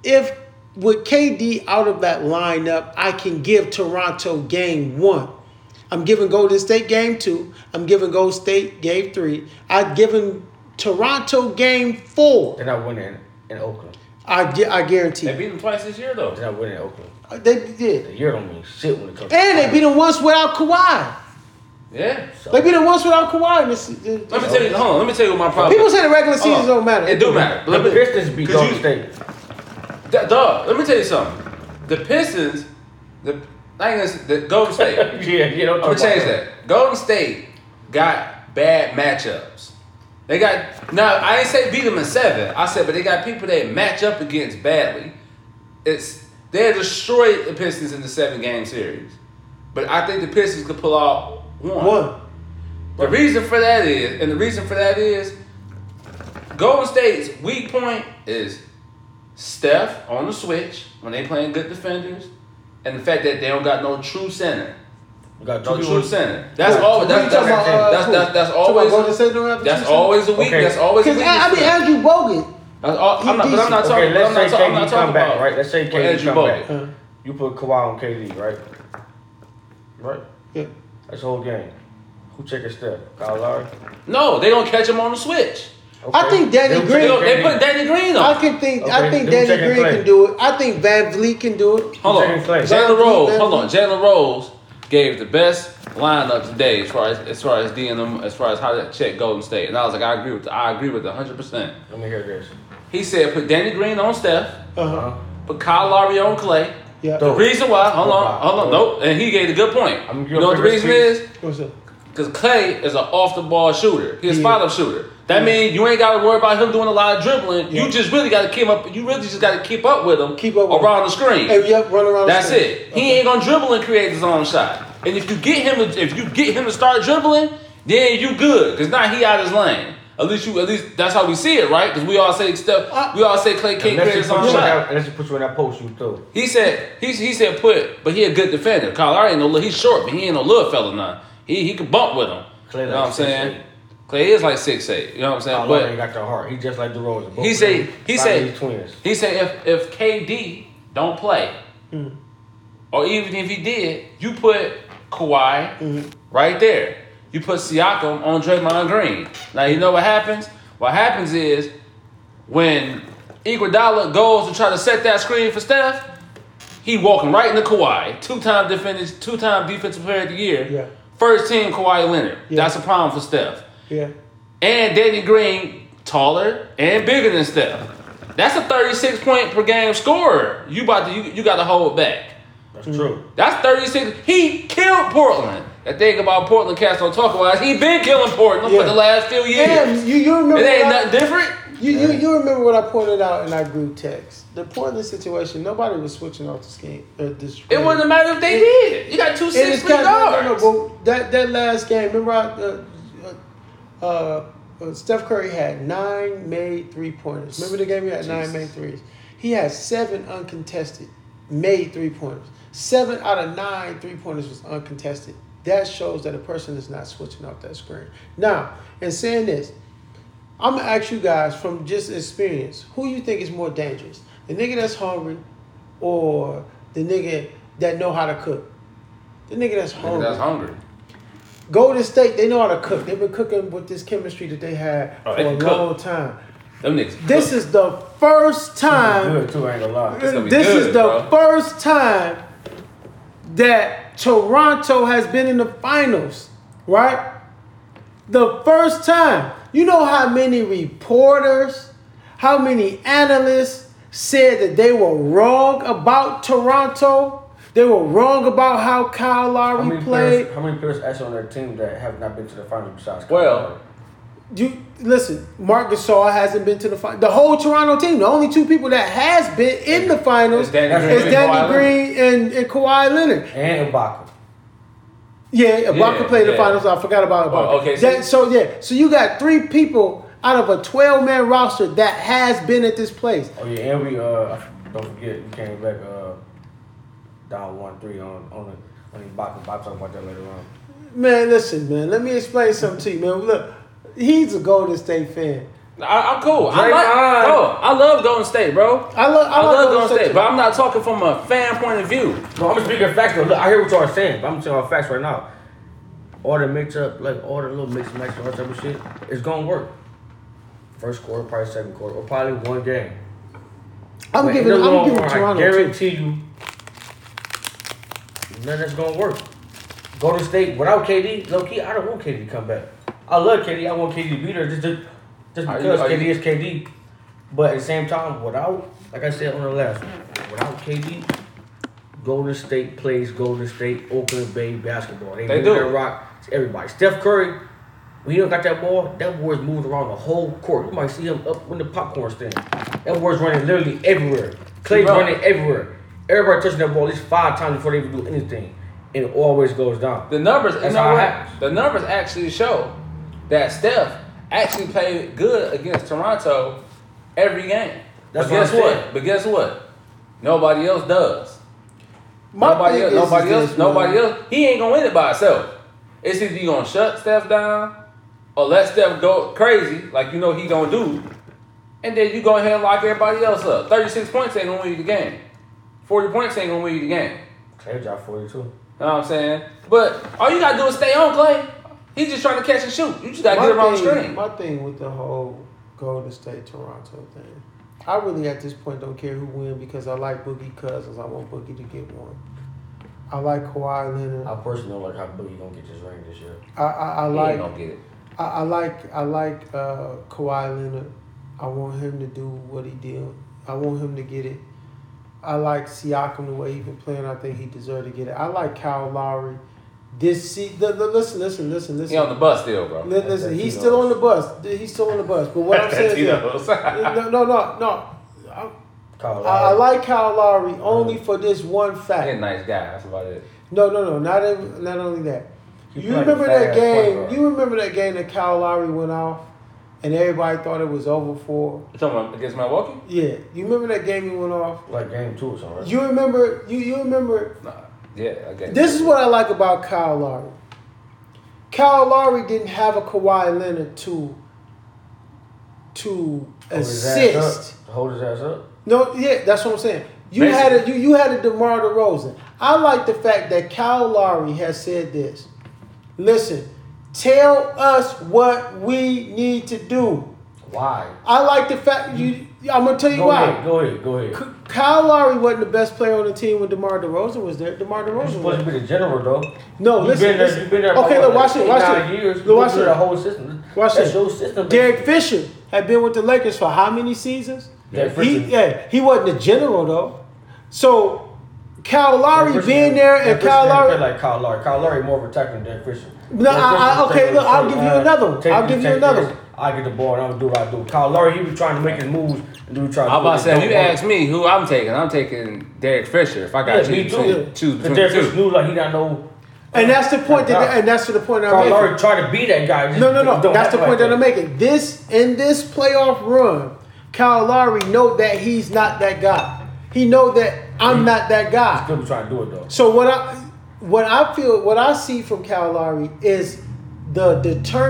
Speaker 1: if with KD out of that lineup, I can give Toronto game one. I'm giving Golden State game two. I'm giving Golden State game three. I've given Toronto game four.
Speaker 3: they're not winning in Oakland.
Speaker 1: I gu- I guarantee.
Speaker 2: They
Speaker 1: you.
Speaker 2: beat them twice this year though.
Speaker 3: They're not winning in Oakland.
Speaker 1: They did,
Speaker 3: The year don't mean shit when it comes. to
Speaker 1: and they
Speaker 3: finals.
Speaker 1: beat them once without Kawhi.
Speaker 2: Yeah.
Speaker 1: They beat them once without Kawhi. This, this,
Speaker 2: Let me tell you. Hold on. Let me tell you what my problem.
Speaker 1: people say the regular season
Speaker 2: Hold on.
Speaker 1: don't matter.
Speaker 2: It do matter.
Speaker 3: The
Speaker 2: Let me,
Speaker 3: Pistons beat
Speaker 2: 'cause
Speaker 3: Golden
Speaker 2: you-
Speaker 3: State.
Speaker 2: D- dog. Let me tell you something. The Pistons, the I ain't gonna say, the Golden State.
Speaker 3: yeah, you know.
Speaker 2: I'm gonna change that. Golden State got bad matchups. They got now. I ain't say beat them in seven. I said, but they got people that match up against badly. It's they destroyed the Pistons in the seven game series, but I think the Pistons could pull out one.
Speaker 1: One.
Speaker 2: The reason for that is, and the reason for that is, Golden State's weak point is Steph on the switch when they playing good defenders, and the fact that they don't got no true center.
Speaker 3: You got two
Speaker 2: No
Speaker 3: people-
Speaker 2: true center. That's
Speaker 1: Cool.
Speaker 2: all.
Speaker 1: Who you
Speaker 2: That's that's
Speaker 1: talking
Speaker 2: that's,
Speaker 1: about, uh,
Speaker 2: that's,
Speaker 1: who?
Speaker 2: that's,
Speaker 1: Talking
Speaker 2: that's
Speaker 1: about
Speaker 2: always
Speaker 1: Golden State don't have a
Speaker 2: that's
Speaker 1: true
Speaker 2: always a week.
Speaker 3: Okay.
Speaker 2: That's always a
Speaker 1: Because
Speaker 2: week.
Speaker 1: I, I mean, Andrew Bogut.
Speaker 2: that's all. I'm
Speaker 1: he
Speaker 2: not, but
Speaker 1: decent.
Speaker 2: I'm not talking.
Speaker 3: Okay,
Speaker 2: but I'm
Speaker 3: let's
Speaker 2: not
Speaker 3: say
Speaker 2: talking. I'm not
Speaker 3: KD
Speaker 2: talking
Speaker 3: come
Speaker 2: about
Speaker 3: back, right? Let's say
Speaker 2: Well,
Speaker 3: KD
Speaker 2: Andrew
Speaker 3: come
Speaker 2: Bogut.
Speaker 3: back. You put Kawhi on KD, right? Right.
Speaker 1: Yeah.
Speaker 3: That's the whole game. Who check his step? Kyle Lowry.
Speaker 2: No, they don't catch him on the switch.
Speaker 1: I think Danny
Speaker 3: They-
Speaker 1: Green-
Speaker 2: They, don't-
Speaker 1: Okay.
Speaker 2: they put Danny Green
Speaker 1: I
Speaker 2: on.
Speaker 1: can think. I
Speaker 3: Okay,
Speaker 1: think
Speaker 3: do
Speaker 1: Danny
Speaker 3: second
Speaker 1: Green
Speaker 3: play.
Speaker 1: can do it. I think Van Vliet can do it.
Speaker 2: Hold on,
Speaker 3: Second play.
Speaker 2: Jalen Rose.
Speaker 1: Van
Speaker 2: Hold on,
Speaker 1: Vliet.
Speaker 2: Jalen Rose gave the best lineup today as far as as far as D and them as far as how to check Golden State. And I was like, I agree with I agree with 100. percent
Speaker 3: Let me hear this.
Speaker 2: He said put Danny Green on Steph,
Speaker 1: Uh-huh.
Speaker 3: Huh?
Speaker 2: put Kyle Lowry on Clay.
Speaker 1: Yeah.
Speaker 2: The
Speaker 3: Dope.
Speaker 2: reason why, hold on,
Speaker 3: Wow.
Speaker 2: hold on, nope, and he gave a good point.
Speaker 3: I'm
Speaker 2: you know what the reason
Speaker 3: gonna
Speaker 2: is?
Speaker 1: What's up?
Speaker 2: Because Clay is an off the ball shooter. He's a
Speaker 1: Yeah.
Speaker 2: spot up shooter. That means you ain't got to worry about him doing a lot of dribbling.
Speaker 1: Yeah.
Speaker 2: You just really got to keep up. You really just got to keep up with him.
Speaker 1: Keep up with
Speaker 2: around the screen.
Speaker 1: Hey, yep, run around. the
Speaker 2: That's
Speaker 1: screen.
Speaker 2: it. He ain't gonna dribble and create his own shot. And if you get him, to, if you get him to start dribbling, then you good. Cause now he out his lane. At least you, at least that's how we see it, right? Cause we all say
Speaker 1: I-
Speaker 2: stuff. We all say Clay can't
Speaker 3: Unless
Speaker 2: create
Speaker 3: he,
Speaker 2: his
Speaker 3: put
Speaker 2: own
Speaker 3: you in
Speaker 2: shot.
Speaker 3: that, unless he puts you in that post, you throw.
Speaker 2: He said he, he said put, but he a good defender. Kyle Lowry ain't no li- he's short, but he ain't no little fella none. He he can bump with him.
Speaker 3: Clay
Speaker 2: you
Speaker 3: like
Speaker 2: know what I'm
Speaker 3: 6'8".
Speaker 2: saying? Clay is like six eight. You know what I'm saying?
Speaker 3: Kyle Lowry ain't
Speaker 2: But
Speaker 3: got the heart. He just like the Rose.
Speaker 2: he said he said
Speaker 3: twins.
Speaker 2: he said if if
Speaker 1: Hmm.
Speaker 2: KD don't play, or even if he did, you put Kawhi,
Speaker 1: Hmm.
Speaker 2: right there. You put Siakam on Draymond Green. Now you know what happens. What happens is when Iguodala goes to try to set that screen for Steph, he walking right into Kawhi, two-time defenders, two-time defensive player of the year,
Speaker 1: Yeah.
Speaker 2: first team Kawhi Leonard.
Speaker 1: Yeah.
Speaker 2: That's a problem for Steph.
Speaker 1: Yeah.
Speaker 2: And Danny Green, taller and bigger than Steph. That's a 36 point per game scorer. You about to you, you got to hold back.
Speaker 3: That's true.
Speaker 2: That's 36. He killed Portland. The thing about Portland cats don't talk about is he been killing Portland for
Speaker 1: Yeah.
Speaker 2: the last few years.
Speaker 1: Damn, you, you remember
Speaker 2: It ain't
Speaker 1: what I-
Speaker 2: nothing different.
Speaker 1: You, you, you remember what I pointed out in our group text? The Portland situation, nobody was switching off this game. Uh, this
Speaker 2: It wouldn't have mattered if they
Speaker 1: It-
Speaker 2: did. You got two
Speaker 1: And
Speaker 2: six
Speaker 1: it's
Speaker 2: three
Speaker 1: kind of,
Speaker 2: guards.
Speaker 1: no, no, but that, that last game, remember I, uh, uh, uh, Steph Curry had nine made three pointers. Remember the game he had nine
Speaker 2: Jesus.
Speaker 1: made threes? He had seven uncontested made three pointers. Seven out of nine three pointers was uncontested. That shows that a person is not switching off that screen. Now, in saying this, I'm gonna ask you guys from just experience, who you think is more dangerous? The nigga that's hungry or the nigga that know how to cook? The nigga that's hungry.
Speaker 2: That's hungry.
Speaker 1: Golden State, they know how to cook. They've been cooking with this chemistry that they had
Speaker 2: Oh,
Speaker 1: for
Speaker 2: they
Speaker 1: a
Speaker 2: can cook.
Speaker 1: long time.
Speaker 2: Them niggas.
Speaker 1: This is the first time
Speaker 3: Good too, I ain't gonna lie.
Speaker 2: It's gonna be
Speaker 1: this
Speaker 2: good,
Speaker 1: is the
Speaker 2: bro.
Speaker 1: first time that Toronto has been in the finals, right? The first time. You know how many reporters, how many analysts said that they were wrong about Toronto? They were wrong about how Kyle
Speaker 3: How
Speaker 1: Lowry
Speaker 3: many
Speaker 1: played.
Speaker 3: players? How many players actually on their team that have not been to the finals besides? Kyle
Speaker 2: Well,
Speaker 3: Lowry?
Speaker 1: You listen, Mark Gasol hasn't been to the final. The whole Toronto team, the only two people that has been in the finals
Speaker 2: It's Danny
Speaker 3: That's
Speaker 2: Green.
Speaker 1: is Danny Green and,
Speaker 2: and Kawhi Leonard.
Speaker 1: and Kawhi Leonard.
Speaker 3: and Ibaka.
Speaker 1: Yeah, Ibaka
Speaker 2: Yeah,
Speaker 1: played the
Speaker 2: yeah.
Speaker 1: finals. I forgot about Ibaka.
Speaker 2: Oh, okay, so-
Speaker 1: That- so yeah, so you got three people out of a twelve man roster that has been at this place.
Speaker 3: Oh yeah, and we uh don't forget we came back uh down one three on on the on Ibaka. I'll talk about that later on.
Speaker 1: Man, listen, man, let me explain something to you, man. Look, he's a Golden State fan.
Speaker 2: I, I'm cool. I
Speaker 3: Draymond.
Speaker 2: like, bro, I love Golden State, bro.
Speaker 1: I love, I,
Speaker 2: I love Golden State,
Speaker 1: too.
Speaker 2: but I'm not talking from a fan point of view.
Speaker 3: No, I'm speaking facts though. Look, I hear what y'all are saying, but I'm telling y'all facts right now. All the mix up, like all the little mix and match, all that type of shit, it's gonna work. First quarter, probably second quarter, or probably one game.
Speaker 1: I'm
Speaker 3: But in
Speaker 1: giving,
Speaker 3: the
Speaker 1: I'm
Speaker 3: long
Speaker 1: giving
Speaker 3: run,
Speaker 1: Toronto.
Speaker 3: I
Speaker 1: two.
Speaker 3: guarantee you, none that's gonna work. Go to state without KD, low key. I don't want KD to come back. I love KD. I want KD to be there just, just, just
Speaker 2: Are you-
Speaker 3: because
Speaker 2: are
Speaker 3: KD
Speaker 2: you-
Speaker 3: is KD. But at the same time, without, like I said on the last one, without KD, Golden State plays Golden State Oakland Bay basketball. They,
Speaker 2: They
Speaker 3: move
Speaker 2: do.
Speaker 3: Their rock to everybody. Steph Curry, when he don't got that ball, that boy's moving around the whole court. You might see him up in the popcorn stand. That boy's running literally everywhere. Clay's
Speaker 2: Bro.
Speaker 3: running everywhere. Everybody touching that ball at least five times before they even do anything, and it always goes down.
Speaker 2: The numbers, you
Speaker 3: That's
Speaker 2: know
Speaker 3: how it
Speaker 2: what?
Speaker 3: happens.
Speaker 2: The numbers actually show that Steph actually played good against Toronto every game.
Speaker 3: That's
Speaker 2: but
Speaker 3: what
Speaker 2: guess
Speaker 3: I'm
Speaker 2: what?
Speaker 3: saying.
Speaker 2: But guess what? Nobody else does.
Speaker 1: My
Speaker 2: nobody
Speaker 1: thing
Speaker 2: else.
Speaker 1: is- is
Speaker 2: Nobody else.
Speaker 1: this, man.
Speaker 2: Nobody else. He ain't gonna win it by himself. It's either you gonna shut Steph down or let Steph go crazy, like you know he gonna do, and then you go ahead and lock everybody else up. Thirty six points ain't gonna win you the game. Forty points ain't gonna win you the game.
Speaker 3: Clay dropped forty-two.
Speaker 2: You know what I'm saying? But all you gotta do is stay on Clay. He's just trying to catch and shoot. You just gotta get him on the
Speaker 1: thing,
Speaker 2: screen.
Speaker 1: My thing with the whole Golden State Toronto thing, I really at this point don't care who wins because I like Boogie Cousins. I want Boogie to get one. I like Kawhi Leonard.
Speaker 3: I personally don't like how Boogie gonna get this ring this year.
Speaker 1: I I, I
Speaker 2: He ain't
Speaker 1: like
Speaker 2: gonna get it.
Speaker 1: I, I like I like uh, Kawhi Leonard. I want him to do what he did. I want him to get it. I like Siakam the way he been playing. I think he deserved to get it. I like Kyle Lowry. This see, the, the, listen, listen, listen, listen.
Speaker 2: He on the bus still, bro.
Speaker 1: Li- Listen, he's still on the bus. He's still on the bus. But what I'm saying is,
Speaker 2: Tito's.
Speaker 1: no, no, no, no. I,
Speaker 3: Kyle
Speaker 1: I
Speaker 3: Lowry.
Speaker 1: like Kyle Lowry only for this one
Speaker 2: He a
Speaker 1: fact.
Speaker 2: nice guy. That's about it.
Speaker 1: No, no, no. Not even, not only that.
Speaker 3: He
Speaker 1: You
Speaker 3: played
Speaker 1: remember
Speaker 3: fast
Speaker 1: that
Speaker 3: point
Speaker 1: game?
Speaker 3: guard.
Speaker 1: You remember that game that Kyle Lowry went off, and everybody thought it was over for.
Speaker 2: You talking about against Milwaukee?
Speaker 1: Yeah, you remember that game he went off.
Speaker 3: like game two or something. Right?
Speaker 1: You remember? You you remember
Speaker 2: Nah. Yeah. Okay.
Speaker 1: This is what I like about Kyle Lowry. Kyle Lowry didn't have a Kawhi Leonard to to
Speaker 3: Hold his ass
Speaker 1: assist.
Speaker 3: up. Hold his ass up.
Speaker 1: No, yeah, that's what I'm saying. You had a you you had a DeMar DeRozan. I like the fact that Kyle Lowry has said this. Listen, tell us what we need to do.
Speaker 3: Why?
Speaker 1: I like the fact you. I'm gonna tell you
Speaker 3: Go
Speaker 1: why.
Speaker 3: ahead, go ahead, go ahead.
Speaker 1: K- Kyle Lowry wasn't the best player on the team when DeMar DeRozan was there. DeMar
Speaker 3: You're
Speaker 1: DeRozan.
Speaker 3: supposed
Speaker 1: Was
Speaker 3: to be the general though.
Speaker 1: No,
Speaker 3: You've
Speaker 1: listen,
Speaker 3: been there,
Speaker 1: listen.
Speaker 3: you've been there.
Speaker 1: Okay,
Speaker 3: about,
Speaker 1: look, watch
Speaker 3: what,
Speaker 1: it, watch
Speaker 3: 89
Speaker 1: it.
Speaker 3: Years.
Speaker 1: Look,
Speaker 3: You've
Speaker 1: watch
Speaker 3: been
Speaker 1: it.
Speaker 3: through The whole system.
Speaker 1: Watch
Speaker 3: That's
Speaker 1: it.
Speaker 3: your system.
Speaker 1: Derek Fisher had been with the Lakers for how many seasons?
Speaker 3: Derek
Speaker 1: he,
Speaker 3: Fisher.
Speaker 1: yeah, he wasn't a general though. So Kyle Lowry
Speaker 3: Derek Fisher-
Speaker 1: being there
Speaker 3: Derek
Speaker 1: and
Speaker 3: Fisher
Speaker 1: Kyle
Speaker 3: didn't
Speaker 1: Lowry.
Speaker 3: play like Kyle Lowry. Kyle Lowry more of a attacker than Derek Fisher.
Speaker 1: No, I-
Speaker 3: Derek
Speaker 1: I-
Speaker 3: Fisher was
Speaker 1: okay,
Speaker 3: taking
Speaker 1: look,
Speaker 3: the
Speaker 1: I'll
Speaker 3: shot,
Speaker 1: give you
Speaker 3: uh,
Speaker 1: another one.
Speaker 3: take
Speaker 1: I'll
Speaker 3: it,
Speaker 1: give you
Speaker 3: take it.
Speaker 1: another one.
Speaker 3: I get the ball and I'm gonna do what I do. Kyle Lowry, he was trying to make his moves and do what he tried to
Speaker 2: I'm
Speaker 3: do.
Speaker 2: about to say, if
Speaker 3: Don't
Speaker 2: you
Speaker 3: work.
Speaker 2: ask me who I'm taking, I'm taking Derek Fisher. If I got
Speaker 3: yeah,
Speaker 2: to
Speaker 3: me
Speaker 2: choose,
Speaker 3: too.
Speaker 2: between- choose
Speaker 3: Because
Speaker 2: between
Speaker 3: Derek
Speaker 2: the
Speaker 3: Fisher
Speaker 2: two.
Speaker 3: knew like he not know.
Speaker 1: And that's the point that,
Speaker 3: Kyle-
Speaker 1: and that's the point I'm
Speaker 3: Kyle
Speaker 1: making.
Speaker 3: Lowry tried to be that guy. He
Speaker 1: No,
Speaker 3: just
Speaker 1: no, no.
Speaker 3: don't
Speaker 1: That's
Speaker 3: act
Speaker 1: the point
Speaker 3: like
Speaker 1: that I'm making. This in this playoff run, Kyle Lowry know that he's not that guy. He know that I'm not that guy.
Speaker 3: Still be trying to do it though.
Speaker 1: So what I what I feel what I see from Kyle Lowry is the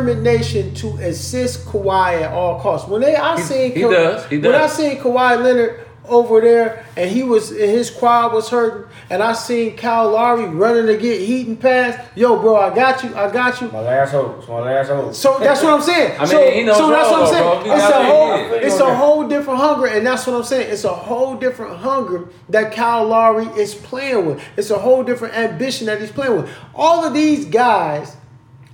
Speaker 1: determination to assist Kawhi at all costs. When they I seen
Speaker 2: he
Speaker 1: Ka-
Speaker 2: does, he
Speaker 1: when I
Speaker 2: does.
Speaker 1: seen Kawhi Leonard over there and he was and his crowd was hurting and I seen Kyle Lowry running to get heat and pass. Yo, bro, I got you, I got you.
Speaker 3: My last hope. It's my last hope.
Speaker 1: So that's what I'm saying.
Speaker 2: I mean,
Speaker 1: so,
Speaker 2: he knows
Speaker 1: so that's what I'm
Speaker 2: bro,
Speaker 1: saying.
Speaker 2: bro. He
Speaker 1: It's
Speaker 2: knows
Speaker 1: a
Speaker 2: what he
Speaker 1: whole,
Speaker 2: is.
Speaker 1: it's a whole different hunger, and that's what I'm saying. It's a whole different hunger that Kyle Lowry is playing with. It's a whole different ambition that he's playing with. All of these guys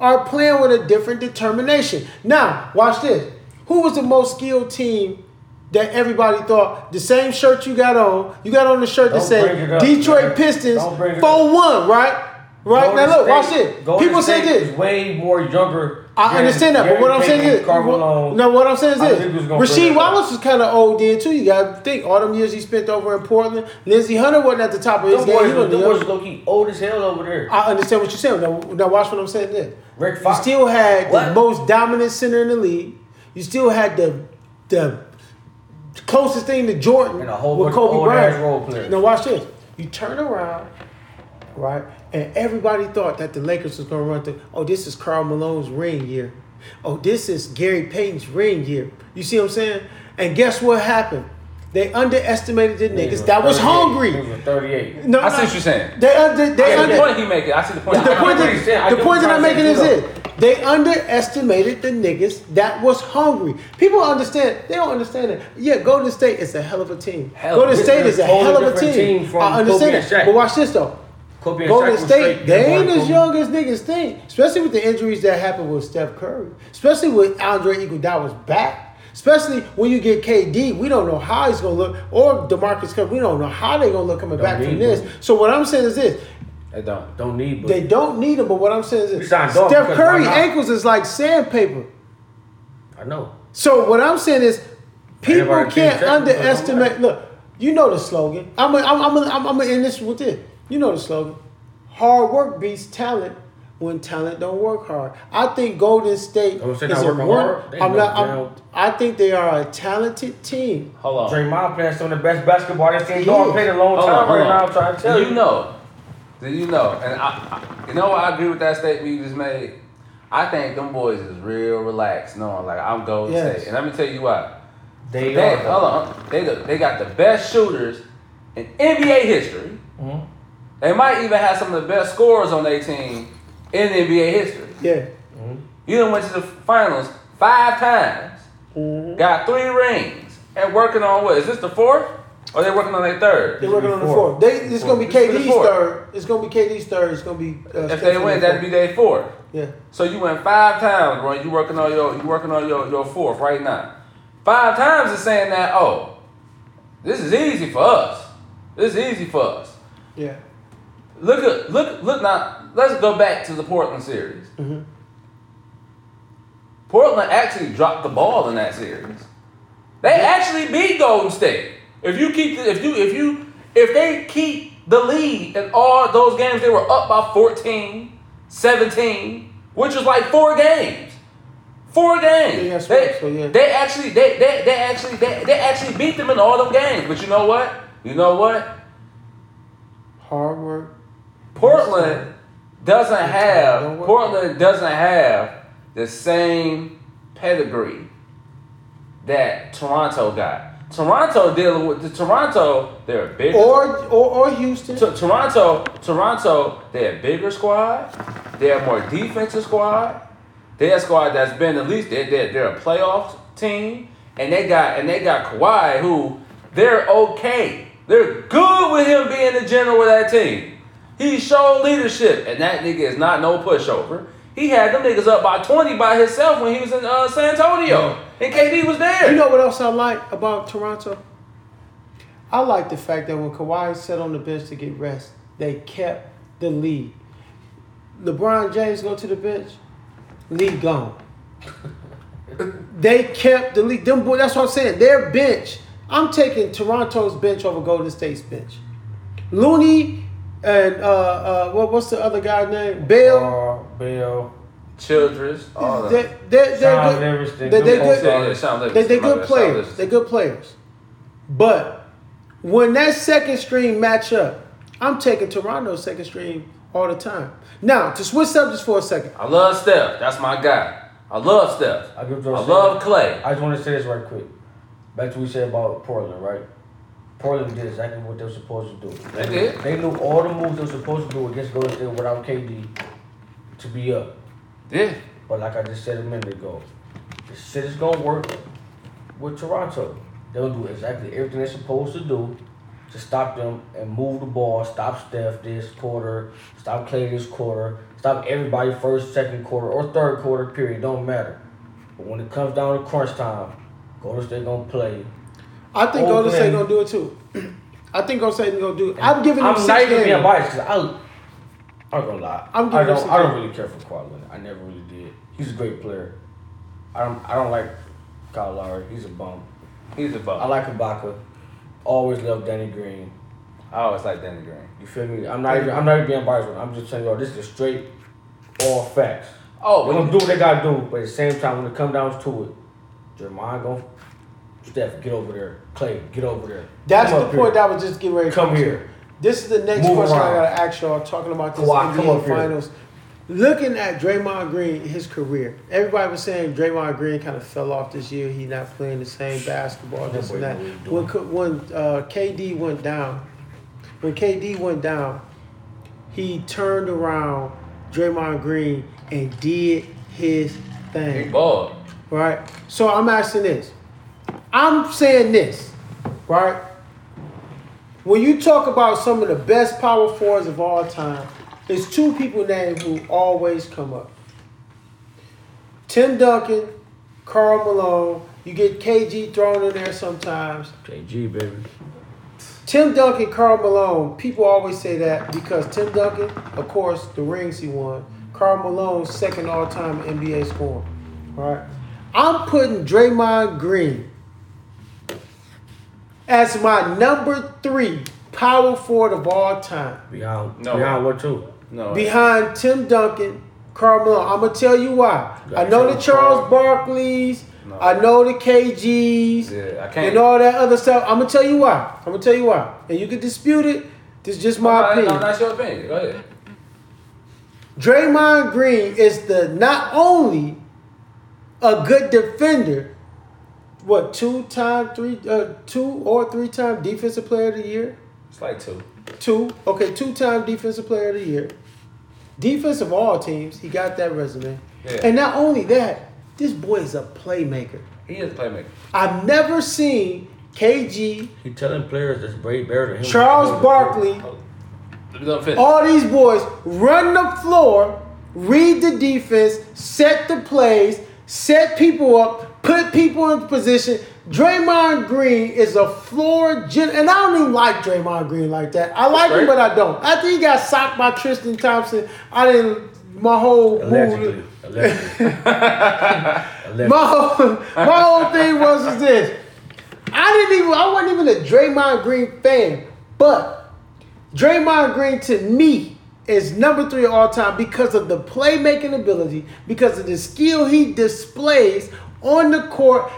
Speaker 1: are playing with a different determination. Now, watch this. Who was the most skilled team that everybody thought the same shirt you got on? You got on the shirt that
Speaker 3: Don't bring
Speaker 1: said
Speaker 3: it up,
Speaker 1: Detroit
Speaker 3: man.
Speaker 1: Pistons
Speaker 3: Don't bring it up.
Speaker 1: four one, right? Right
Speaker 3: Golden
Speaker 1: now, look, watch
Speaker 3: State-
Speaker 1: it.
Speaker 3: Golden
Speaker 1: People say
Speaker 3: State
Speaker 1: this.
Speaker 3: was way more younger.
Speaker 1: I understand that, but what I'm saying is,
Speaker 3: Carvalho.
Speaker 1: no, what I'm saying is
Speaker 3: I
Speaker 1: this:
Speaker 3: think he was gonna bring
Speaker 1: Rasheed
Speaker 3: it up.
Speaker 1: Wallace was kind of old then too. You got to think all them years he spent over in Portland. Lindsey Hunter wasn't at the top of his
Speaker 3: Them
Speaker 1: game. He
Speaker 3: boys,
Speaker 1: wasn't
Speaker 3: them
Speaker 1: young.
Speaker 3: boys low key old as hell over there.
Speaker 1: I understand what you're saying. Now, now watch what I'm saying. Then
Speaker 3: Rick
Speaker 1: you
Speaker 3: Fox.
Speaker 1: still had the
Speaker 3: What?
Speaker 1: most dominant center in the league. You still had the the closest thing to Jordan
Speaker 3: And a whole
Speaker 1: with
Speaker 3: bunch of
Speaker 1: Kobe
Speaker 3: old-ass
Speaker 1: Bryant.
Speaker 3: role players.
Speaker 1: Now watch this. You turn around, right, and everybody thought that the Lakers was going to run through. Oh, this is Carl Malone's ring year. Oh, this is Gary Payton's ring year. You see what I'm saying? And guess what happened? They underestimated the
Speaker 3: Niggas
Speaker 1: niggas that was
Speaker 3: 38.
Speaker 1: hungry.
Speaker 3: Niggas was 38.
Speaker 1: No,
Speaker 2: I see
Speaker 1: no.
Speaker 2: what you're saying.
Speaker 1: They under, they
Speaker 2: I see
Speaker 1: under,
Speaker 2: the point he making. I see the point.
Speaker 1: the point,
Speaker 3: I understand.
Speaker 1: that,
Speaker 3: I
Speaker 1: the
Speaker 3: get
Speaker 1: point
Speaker 3: what
Speaker 1: that I'm
Speaker 3: you're
Speaker 1: making
Speaker 3: trying
Speaker 1: is
Speaker 3: to
Speaker 1: this.
Speaker 3: do,
Speaker 1: They underestimated the niggas that was hungry. People understand. They don't understand it. Yeah, Golden State is a hell of a team.
Speaker 2: Hell,
Speaker 1: Golden
Speaker 2: this
Speaker 1: State
Speaker 3: is
Speaker 1: is a
Speaker 3: a totally
Speaker 1: hell of a team.
Speaker 3: different team from
Speaker 1: I understand
Speaker 3: Kobe and
Speaker 1: that.
Speaker 3: Shaq.
Speaker 1: But watch this though.
Speaker 3: Kobe and Shaq
Speaker 1: Golden
Speaker 3: was
Speaker 1: State,
Speaker 3: straight.
Speaker 1: they ain't
Speaker 3: Kobe.
Speaker 1: as young as niggas think. Especially with the injuries that happened with Steph Curry. Especially with Andre Iguodala's back. Especially when you get KD, we don't know how he's gonna look, or Demarcus Cousins, we don't know how they're gonna look coming
Speaker 3: Don't
Speaker 1: back from
Speaker 3: need
Speaker 1: this.
Speaker 3: him.
Speaker 1: So what I'm saying is this:
Speaker 2: I don't.
Speaker 3: Don't need, but
Speaker 1: they don't need him, but what I'm saying is
Speaker 3: We
Speaker 1: this,
Speaker 3: signed Dog
Speaker 1: Steph
Speaker 3: because why
Speaker 1: Curry
Speaker 3: not?
Speaker 1: ankles is like sandpaper.
Speaker 3: I know.
Speaker 1: So what I'm saying is people
Speaker 3: Everybody
Speaker 1: can't
Speaker 3: keeps checking, but
Speaker 1: underestimate.
Speaker 3: I'm
Speaker 1: Look, you know the slogan. I'm gonna I'm, I'm, I'm, I'm end this with this. You know the slogan. Hard work beats talent when talent don't work hard. I think Golden State
Speaker 3: Don't say
Speaker 1: is
Speaker 3: not
Speaker 1: a
Speaker 3: working
Speaker 1: one.
Speaker 3: hard. They
Speaker 1: I'm
Speaker 3: know
Speaker 1: not. I'm,
Speaker 3: damn-
Speaker 1: I think they are a talented team.
Speaker 2: Hold on.
Speaker 3: Draymond playing some of the best basketball that's
Speaker 1: He
Speaker 3: been going
Speaker 1: is.
Speaker 3: played in a long
Speaker 2: Hold on,
Speaker 3: time
Speaker 2: hold
Speaker 3: right
Speaker 2: on.
Speaker 3: now. I'm trying to tell
Speaker 2: Do
Speaker 3: you.
Speaker 2: you know? Do you know? And I, I- you know, what I agree with that statement you just made. I think them boys is real relaxed, knowing like I'm Golden
Speaker 1: Yes.
Speaker 2: State, and let me tell you why.
Speaker 3: They
Speaker 2: They,
Speaker 3: are.
Speaker 2: hold on, they the- they got the best shooters in NBA history.
Speaker 1: Mm-hmm.
Speaker 3: Mhm.
Speaker 2: They might even have some of the best scorers on their team in NBA history.
Speaker 1: Yeah.
Speaker 2: You done went to the finals five times,
Speaker 3: Mm-hmm.
Speaker 1: Mhm.
Speaker 2: got three rings, and working on what? Is this the fourth? Or they working on their third?
Speaker 1: They're working on the
Speaker 3: Before.
Speaker 1: fourth. They, it's gonna be
Speaker 2: Before.
Speaker 1: KD's third. It's gonna be KD's third. It's gonna be. Uh,
Speaker 2: If they win, that'd be their fourth.
Speaker 1: Yeah.
Speaker 2: So you went five times, bro. You working on your you working on your, your fourth right now. Five times is saying that, oh, this is easy for us. This is easy for us.
Speaker 1: Yeah.
Speaker 2: Look at look look now. Let's go back to the Portland series.
Speaker 1: Mm-hmm.
Speaker 2: Portland actually dropped the ball in that series. They actually beat Golden State. If you keep the, if you if you if they keep the lead in all those games, they were up by 14, 17, which is like four games. Four games.
Speaker 1: Yeah, that's
Speaker 2: they,
Speaker 1: right. So, yeah.
Speaker 2: they actually they they, they actually they, they actually beat them in all them games. But you know what? You know what?
Speaker 1: Hard work.
Speaker 2: Portland doesn't
Speaker 1: Don't
Speaker 2: have
Speaker 1: work.
Speaker 2: Portland doesn't have the same pedigree that Toronto got. Toronto dealing with the Toronto. They're a bigger.
Speaker 1: Or or or Houston.
Speaker 2: To- Toronto, Toronto, they have bigger squad. They have more defensive squad. They have squad that's been at least they they they're a playoff team, and they got and they got Kawhi, who they're okay. They're good with him being the general of that team. He showed leadership, and that nigga is not no pushover. He had them niggas up by twenty by himself when he was in uh, San Antonio, and KD was there.
Speaker 1: You know what else I like about Toronto? I like the fact that when Kawhi sat on the bench to get rest, they kept the lead. LeBron James go to the bench, lead gone. they kept the lead. Them boy, that's what I'm saying. Their bench. I'm taking Toronto's bench over Golden State's bench. Looney and uh, uh, what, what's the other guy's name? Bell.
Speaker 3: Uh, Bill.
Speaker 2: Childress, all that.
Speaker 1: They, they,
Speaker 3: Sean
Speaker 1: they're
Speaker 3: Rivers,
Speaker 1: good.
Speaker 3: they
Speaker 1: They, they're
Speaker 3: good
Speaker 1: good.
Speaker 2: Yeah, yeah, Sean Livingston,
Speaker 1: They, they
Speaker 2: my
Speaker 1: good
Speaker 2: bad, Sean
Speaker 1: players.
Speaker 2: Livingston.
Speaker 1: They good players. But when that second string match up, I'm taking Toronto's second string all the time. Now, to switch subjects for a second.
Speaker 2: I love Steph. That's my guy. I love Steph. I,
Speaker 3: I give Joe.
Speaker 2: love Clay.
Speaker 3: I just want to say this right quick. Back to what we said about Portland, right? Portland did exactly what they were supposed to do.
Speaker 2: They did.
Speaker 3: They knew all the moves they were supposed to do against Golden State without KD to be up.
Speaker 2: Yeah.
Speaker 3: But like I just said a minute ago, the shit is gonna work with Toronto. They'll do exactly everything they're supposed to do to stop them and move the ball, stop Steph this quarter, stop Clay this quarter, stop everybody first, second quarter, or third quarter, period. Don't matter. But when it comes down to crunch time, Golden State gonna play.
Speaker 1: I think Golden
Speaker 3: Oakland.
Speaker 1: State gonna do it too. I think Golden State gonna do it. I'm giving them
Speaker 3: I'm
Speaker 1: six
Speaker 3: not even being
Speaker 1: games.
Speaker 3: biased because I, I'm gonna lie.
Speaker 1: I'm
Speaker 3: I'm
Speaker 1: giving
Speaker 3: I
Speaker 1: him
Speaker 3: don't.
Speaker 1: some
Speaker 3: I
Speaker 1: credit.
Speaker 3: don't really care for Kawhi Leonard. I never really did. He's a great player. I don't. I don't like Kyle Lowry. He's a bum.
Speaker 2: He's a bum.
Speaker 3: I like Ibaka. Always loved Danny Green.
Speaker 2: I always like Danny Green.
Speaker 3: You feel me? I'm not even. I'm not even being biased. With it. I'm just telling y'all. This is straight, all facts.
Speaker 2: Oh,
Speaker 3: They're
Speaker 2: when
Speaker 3: gonna
Speaker 2: you,
Speaker 3: do what they gotta do, but at the same time, when it come down to it, Jeremiah gonna Steph get over there. Clay get over there.
Speaker 1: That's
Speaker 3: Come
Speaker 1: the
Speaker 3: up
Speaker 1: point
Speaker 3: here.
Speaker 1: that I was just getting ready to
Speaker 3: Come
Speaker 1: to.
Speaker 3: here.
Speaker 1: This is the next
Speaker 3: Move
Speaker 1: question I
Speaker 3: around.
Speaker 1: gotta ask y'all talking about this
Speaker 3: Kawhi, come
Speaker 1: NBA
Speaker 3: up here.
Speaker 1: finals. Looking at Draymond Green, his career. Everybody was saying Draymond Green kind of fell off this year. He not playing the same basketball, this
Speaker 3: boy
Speaker 1: and that.
Speaker 3: know what he
Speaker 1: When co- when uh, KD went down, when KD went down, he turned around Draymond Green and did his thing
Speaker 2: he balled.
Speaker 1: right? So I'm asking this. I'm saying this, right? When you talk about some of the best power forwards of all time, there's two people named who always come up. Tim Duncan, Carl Malone. You get KG thrown in there sometimes.
Speaker 3: KG baby.
Speaker 1: Tim Duncan, Carl Malone. People always say that because Tim Duncan, of course, the rings he won. Carl Malone, second all-time NBA scorer. Right. I'm putting Draymond Green as my number three power forward of all time,
Speaker 3: Beyond.
Speaker 2: No.
Speaker 3: Beyond what too?
Speaker 2: No.
Speaker 1: behind Tim Duncan, Carl Malone. I'm gonna tell you why. I know the Charles Barkley's.
Speaker 2: No.
Speaker 1: I know the KG's
Speaker 2: yeah, I can't.
Speaker 1: and all that other stuff. I'm gonna tell you why. I'm gonna tell you why, and you can dispute it. This is just my
Speaker 2: no,
Speaker 1: opinion.
Speaker 2: No, that's your opinion. Go ahead.
Speaker 1: Draymond Green is the not only a good defender, what two time three uh, two or three time defensive player of the year,
Speaker 2: It's like two.
Speaker 1: two okay two time defensive player of the year, defense of all teams. He got that resume,
Speaker 2: Yeah.
Speaker 1: and not only that, this boy is a playmaker.
Speaker 2: He is a playmaker.
Speaker 1: I've never seen KG,
Speaker 3: He telling players that's way better than him.
Speaker 1: Charles Barkley,
Speaker 2: Oh.
Speaker 1: Oh.
Speaker 2: Let me finish.
Speaker 1: all these boys run the floor, read the defense, set the plays, set people up, put people in position. Draymond Green is a floor gen, and I don't even like Draymond Green like that. I like him,
Speaker 2: Right.
Speaker 1: but I don't. After he got socked by Tristan Thompson, I didn't. My whole
Speaker 3: Allegedly.
Speaker 1: mood,
Speaker 3: Allegedly. Allegedly.
Speaker 1: my whole, my whole thing was is this. I didn't even. I wasn't even a Draymond Green fan, but Draymond Green to me is number three all time because of the playmaking ability, because of the skill he displays on the court.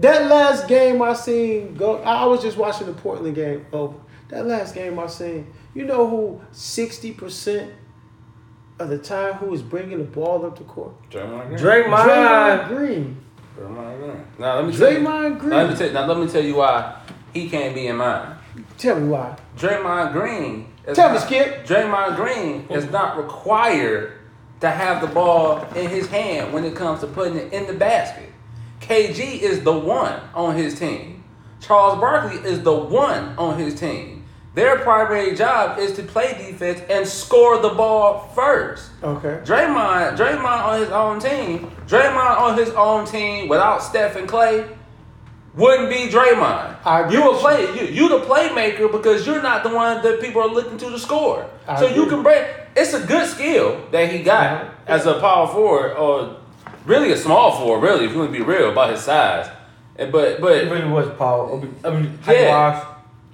Speaker 1: That last game I seen go, I I was just watching the Portland game over. That last game I seen, you know who sixty percent of the time who is bringing the ball up the court?
Speaker 2: Draymond Green.
Speaker 3: Draymond.
Speaker 1: Draymond Green.
Speaker 2: Draymond Green. Now let me tell you-
Speaker 1: Draymond
Speaker 2: Now let
Speaker 1: Green.
Speaker 2: me tell, now let me tell you why he can't be in mine.
Speaker 1: Tell me why.
Speaker 2: Draymond Green. Is
Speaker 1: Tell me,
Speaker 2: not,
Speaker 1: Skip.
Speaker 2: Draymond Green is not required to have the ball in his hand when it comes to putting it in the basket. KG is the one on his team. Charles Barkley is the one on his team. Their primary job is to play defense and score the ball first.
Speaker 1: Okay.
Speaker 2: Draymond, Draymond on his own team, Draymond on his own team without Steph and Clay wouldn't be Draymond.
Speaker 1: I agree
Speaker 2: you a
Speaker 1: with
Speaker 2: play you you the playmaker because you're not the one that people are looking to to score.
Speaker 1: I
Speaker 2: so you
Speaker 1: agree.
Speaker 2: can break. It's a good skill that he got
Speaker 1: Uh-huh.
Speaker 2: as a power forward or really a small forward. Really, if you want to be real about his size, And but
Speaker 3: It
Speaker 2: but
Speaker 3: really was Paul. I mean,
Speaker 2: Yeah.
Speaker 3: height-wise,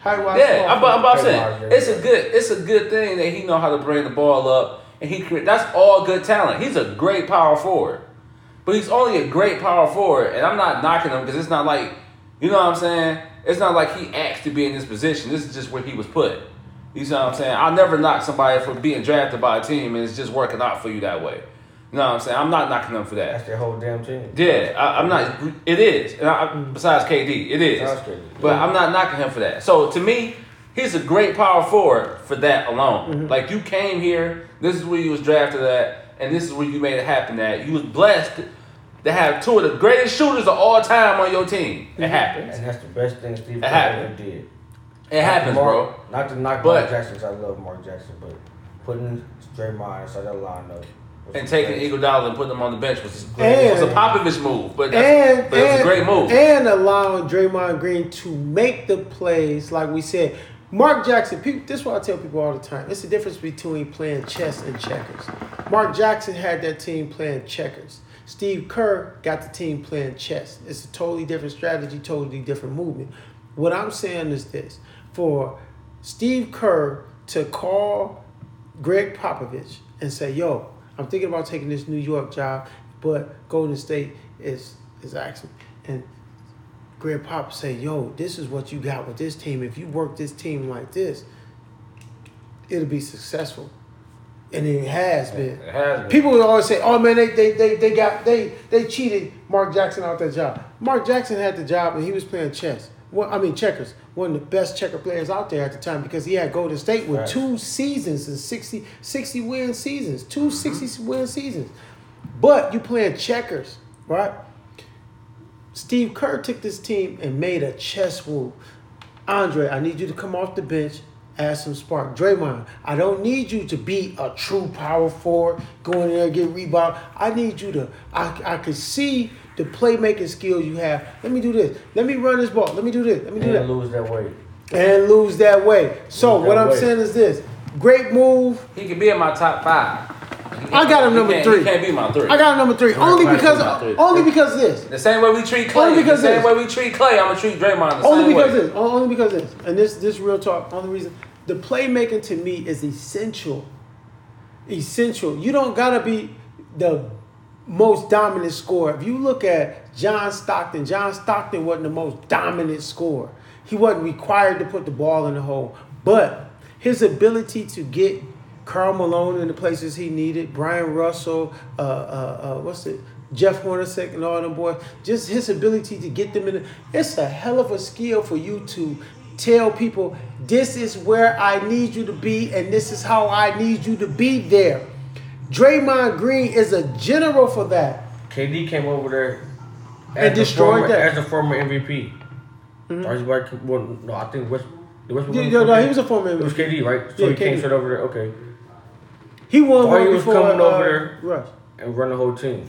Speaker 1: How you watch
Speaker 2: yeah, I'm,
Speaker 1: ball?
Speaker 2: I'm about
Speaker 3: Draymond
Speaker 2: saying
Speaker 3: Green.
Speaker 2: it's a good it's a good thing that he know how to bring the ball up and he create. That's all good talent. He's a great power forward, but he's only a great power forward. And I'm not knocking him because it's not like you know what I'm saying. It's not like he asked to be in this position. This is just where he was put. You know what I'm saying? I'll never knock somebody for being drafted by a team and it's just working out for you that way. You know what I'm saying? I'm not knocking them for that.
Speaker 3: That's their whole damn team.
Speaker 2: Yeah, I, I'm not. It is. And I, I- besides KD, it is.
Speaker 3: Besides KD,
Speaker 2: But
Speaker 3: yeah.
Speaker 2: I'm not knocking him for that. So to me, he's a great power forward for that alone.
Speaker 1: Mm-hmm.
Speaker 2: Like you came here, this is where you was drafted at, and this is where you made it happen. At you was blessed to have two of the greatest shooters of all time on your team. It
Speaker 1: Mm-hmm.
Speaker 2: happens.
Speaker 3: And that's the best thing Steve
Speaker 2: It happened.
Speaker 3: Kerr did.
Speaker 2: It happens, bro.
Speaker 3: Mark, Not to knock
Speaker 2: But-
Speaker 3: Mark Jackson, 'cause I love Mark Jackson, but putting Draymond inside that lineup. was
Speaker 2: And
Speaker 3: the
Speaker 2: taking
Speaker 3: best.
Speaker 2: Eagle Dollar and putting him on the bench was,
Speaker 1: And-
Speaker 2: was a Popovich move, but, that's,
Speaker 1: and,
Speaker 2: but it was
Speaker 1: and-
Speaker 2: a great move.
Speaker 1: And allowing Draymond Green to make the plays, like we said. Mark Jackson, people, this is what I tell people all the time. It's the difference between playing chess and checkers. Mark Jackson had that team playing checkers. Steve Kerr got the team playing chess. It's a totally different strategy, totally different movement. What I'm saying is this for Steve Kerr to call Greg Popovich and say, "Yo, I'm thinking about taking this New York job, but Golden State is is asking." And Greg Pop say, "Yo, this is what you got with this team. If you work this team like this, it'll be successful." And it has been.
Speaker 2: It has been.
Speaker 1: People would always say, "Oh man, they they they, they got they they cheated Mark Jackson out that job." Mark Jackson had the job and he was playing chess. Well, I mean checkers. One of the best checker players out there at the time because he had Golden State with
Speaker 3: Right.
Speaker 1: two seasons and 60, 60 win seasons, two 60 win seasons. But you playing checkers, right? Steve Kerr took this team and made a chess move. Andre, I need you to come off the bench, add some spark. Draymond, I don't need you to be a true power forward, go in there and get rebound. I need you to, I, I can see the playmaking skills you have. Let me do this. Let me run this ball. Let me do this. Let me do
Speaker 3: And
Speaker 1: that
Speaker 3: lose that weight.
Speaker 1: and lose that way. So
Speaker 3: Lose that
Speaker 1: what I'm
Speaker 3: weight.
Speaker 1: saying is this: great move.
Speaker 2: He could be in my top five. He
Speaker 1: I got him
Speaker 2: can't-
Speaker 1: number
Speaker 2: he can't-
Speaker 1: three.
Speaker 2: He can't be my three.
Speaker 1: I got number three only
Speaker 2: Right,
Speaker 1: because
Speaker 2: right, right.
Speaker 1: only because this.
Speaker 2: the same way we treat Clay.
Speaker 1: Only because
Speaker 2: the same
Speaker 1: this.
Speaker 2: way we treat Clay, I'm gonna treat Draymond the
Speaker 1: Only
Speaker 2: same way.
Speaker 1: because this. Only because this. And this this real talk. Only reason the playmaking to me is essential. Essential. You don't gotta be the most dominant scorer. If you look at John Stockton, John Stockton wasn't the most dominant scorer. He wasn't required to put the ball in the hole, but his ability to get Carl Malone in the places he needed, Brian Russell, uh, uh, uh, what's it, Jeff Hornacek and all them boys, just his ability to get them in. The, it's a hell of a skill for you to tell people this is where I need you to be and this is how I need you to be there. Draymond Green is a general for that.
Speaker 3: KD came over there
Speaker 1: And
Speaker 3: the
Speaker 1: destroyed
Speaker 3: former,
Speaker 1: that. Mm-hmm.
Speaker 3: as a former MVP. Everybody came- well, no, I think West. the Westbrook
Speaker 1: Yeah,
Speaker 3: was
Speaker 1: no, no,
Speaker 3: KD?
Speaker 1: he was a former
Speaker 3: It was
Speaker 1: MVP.
Speaker 3: KD, right? So
Speaker 1: Yeah,
Speaker 3: he came
Speaker 1: KD.
Speaker 3: straight over there. Okay,
Speaker 1: He won
Speaker 3: While
Speaker 1: one
Speaker 3: he was
Speaker 1: before
Speaker 3: coming
Speaker 1: uh,
Speaker 3: over there-
Speaker 1: Russ.
Speaker 3: and run the whole team.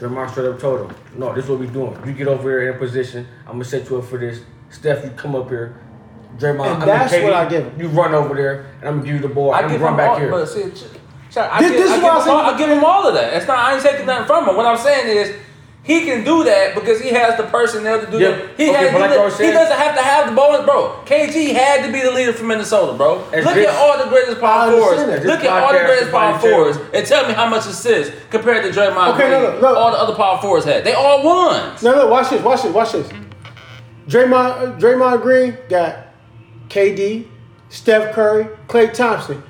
Speaker 3: Draymond straight up told him, "No, this is what we doing. You get over here in a position. I'm gonna set you up for this. Steph, you come up here. Draymond, I
Speaker 1: And
Speaker 3: mean,
Speaker 1: that's
Speaker 3: KD,
Speaker 1: what I give him.
Speaker 3: You run over there, and I'm gonna give you the ball.
Speaker 2: I
Speaker 3: and I'm
Speaker 2: give
Speaker 3: gonna run
Speaker 2: him
Speaker 3: back
Speaker 2: all,
Speaker 3: here.
Speaker 2: But see, ch- ch- I,
Speaker 1: This-
Speaker 2: give,
Speaker 1: this is
Speaker 2: I, give
Speaker 1: why I
Speaker 2: him
Speaker 1: say-
Speaker 2: all, I give him all of that. It's not. I ain't taking nothing from him. What I'm saying is, he can do that because he has the personnel to do
Speaker 3: Yeah,
Speaker 2: that. He,
Speaker 3: okay,
Speaker 2: has,
Speaker 3: but like
Speaker 2: he,
Speaker 3: I
Speaker 2: does,
Speaker 3: was saying-
Speaker 2: not have to have the ball, bro. KG had to be the leader for Minnesota, bro.
Speaker 3: As
Speaker 2: Look
Speaker 3: this-
Speaker 2: at all the greatest power
Speaker 1: I understand
Speaker 2: forwards.
Speaker 1: that. This
Speaker 2: Look at all the
Speaker 3: podcast is
Speaker 2: greatest power
Speaker 3: about you.
Speaker 2: forwards, and tell me how much assists compared to Draymond
Speaker 1: Okay,
Speaker 2: Green.
Speaker 1: no, no, look.
Speaker 2: All the other power forwards had. They all won.
Speaker 1: No, no, watch this, watch this, watch this. Draymond, uh, Draymond Green got KD, Steph Curry, Clay Thompson.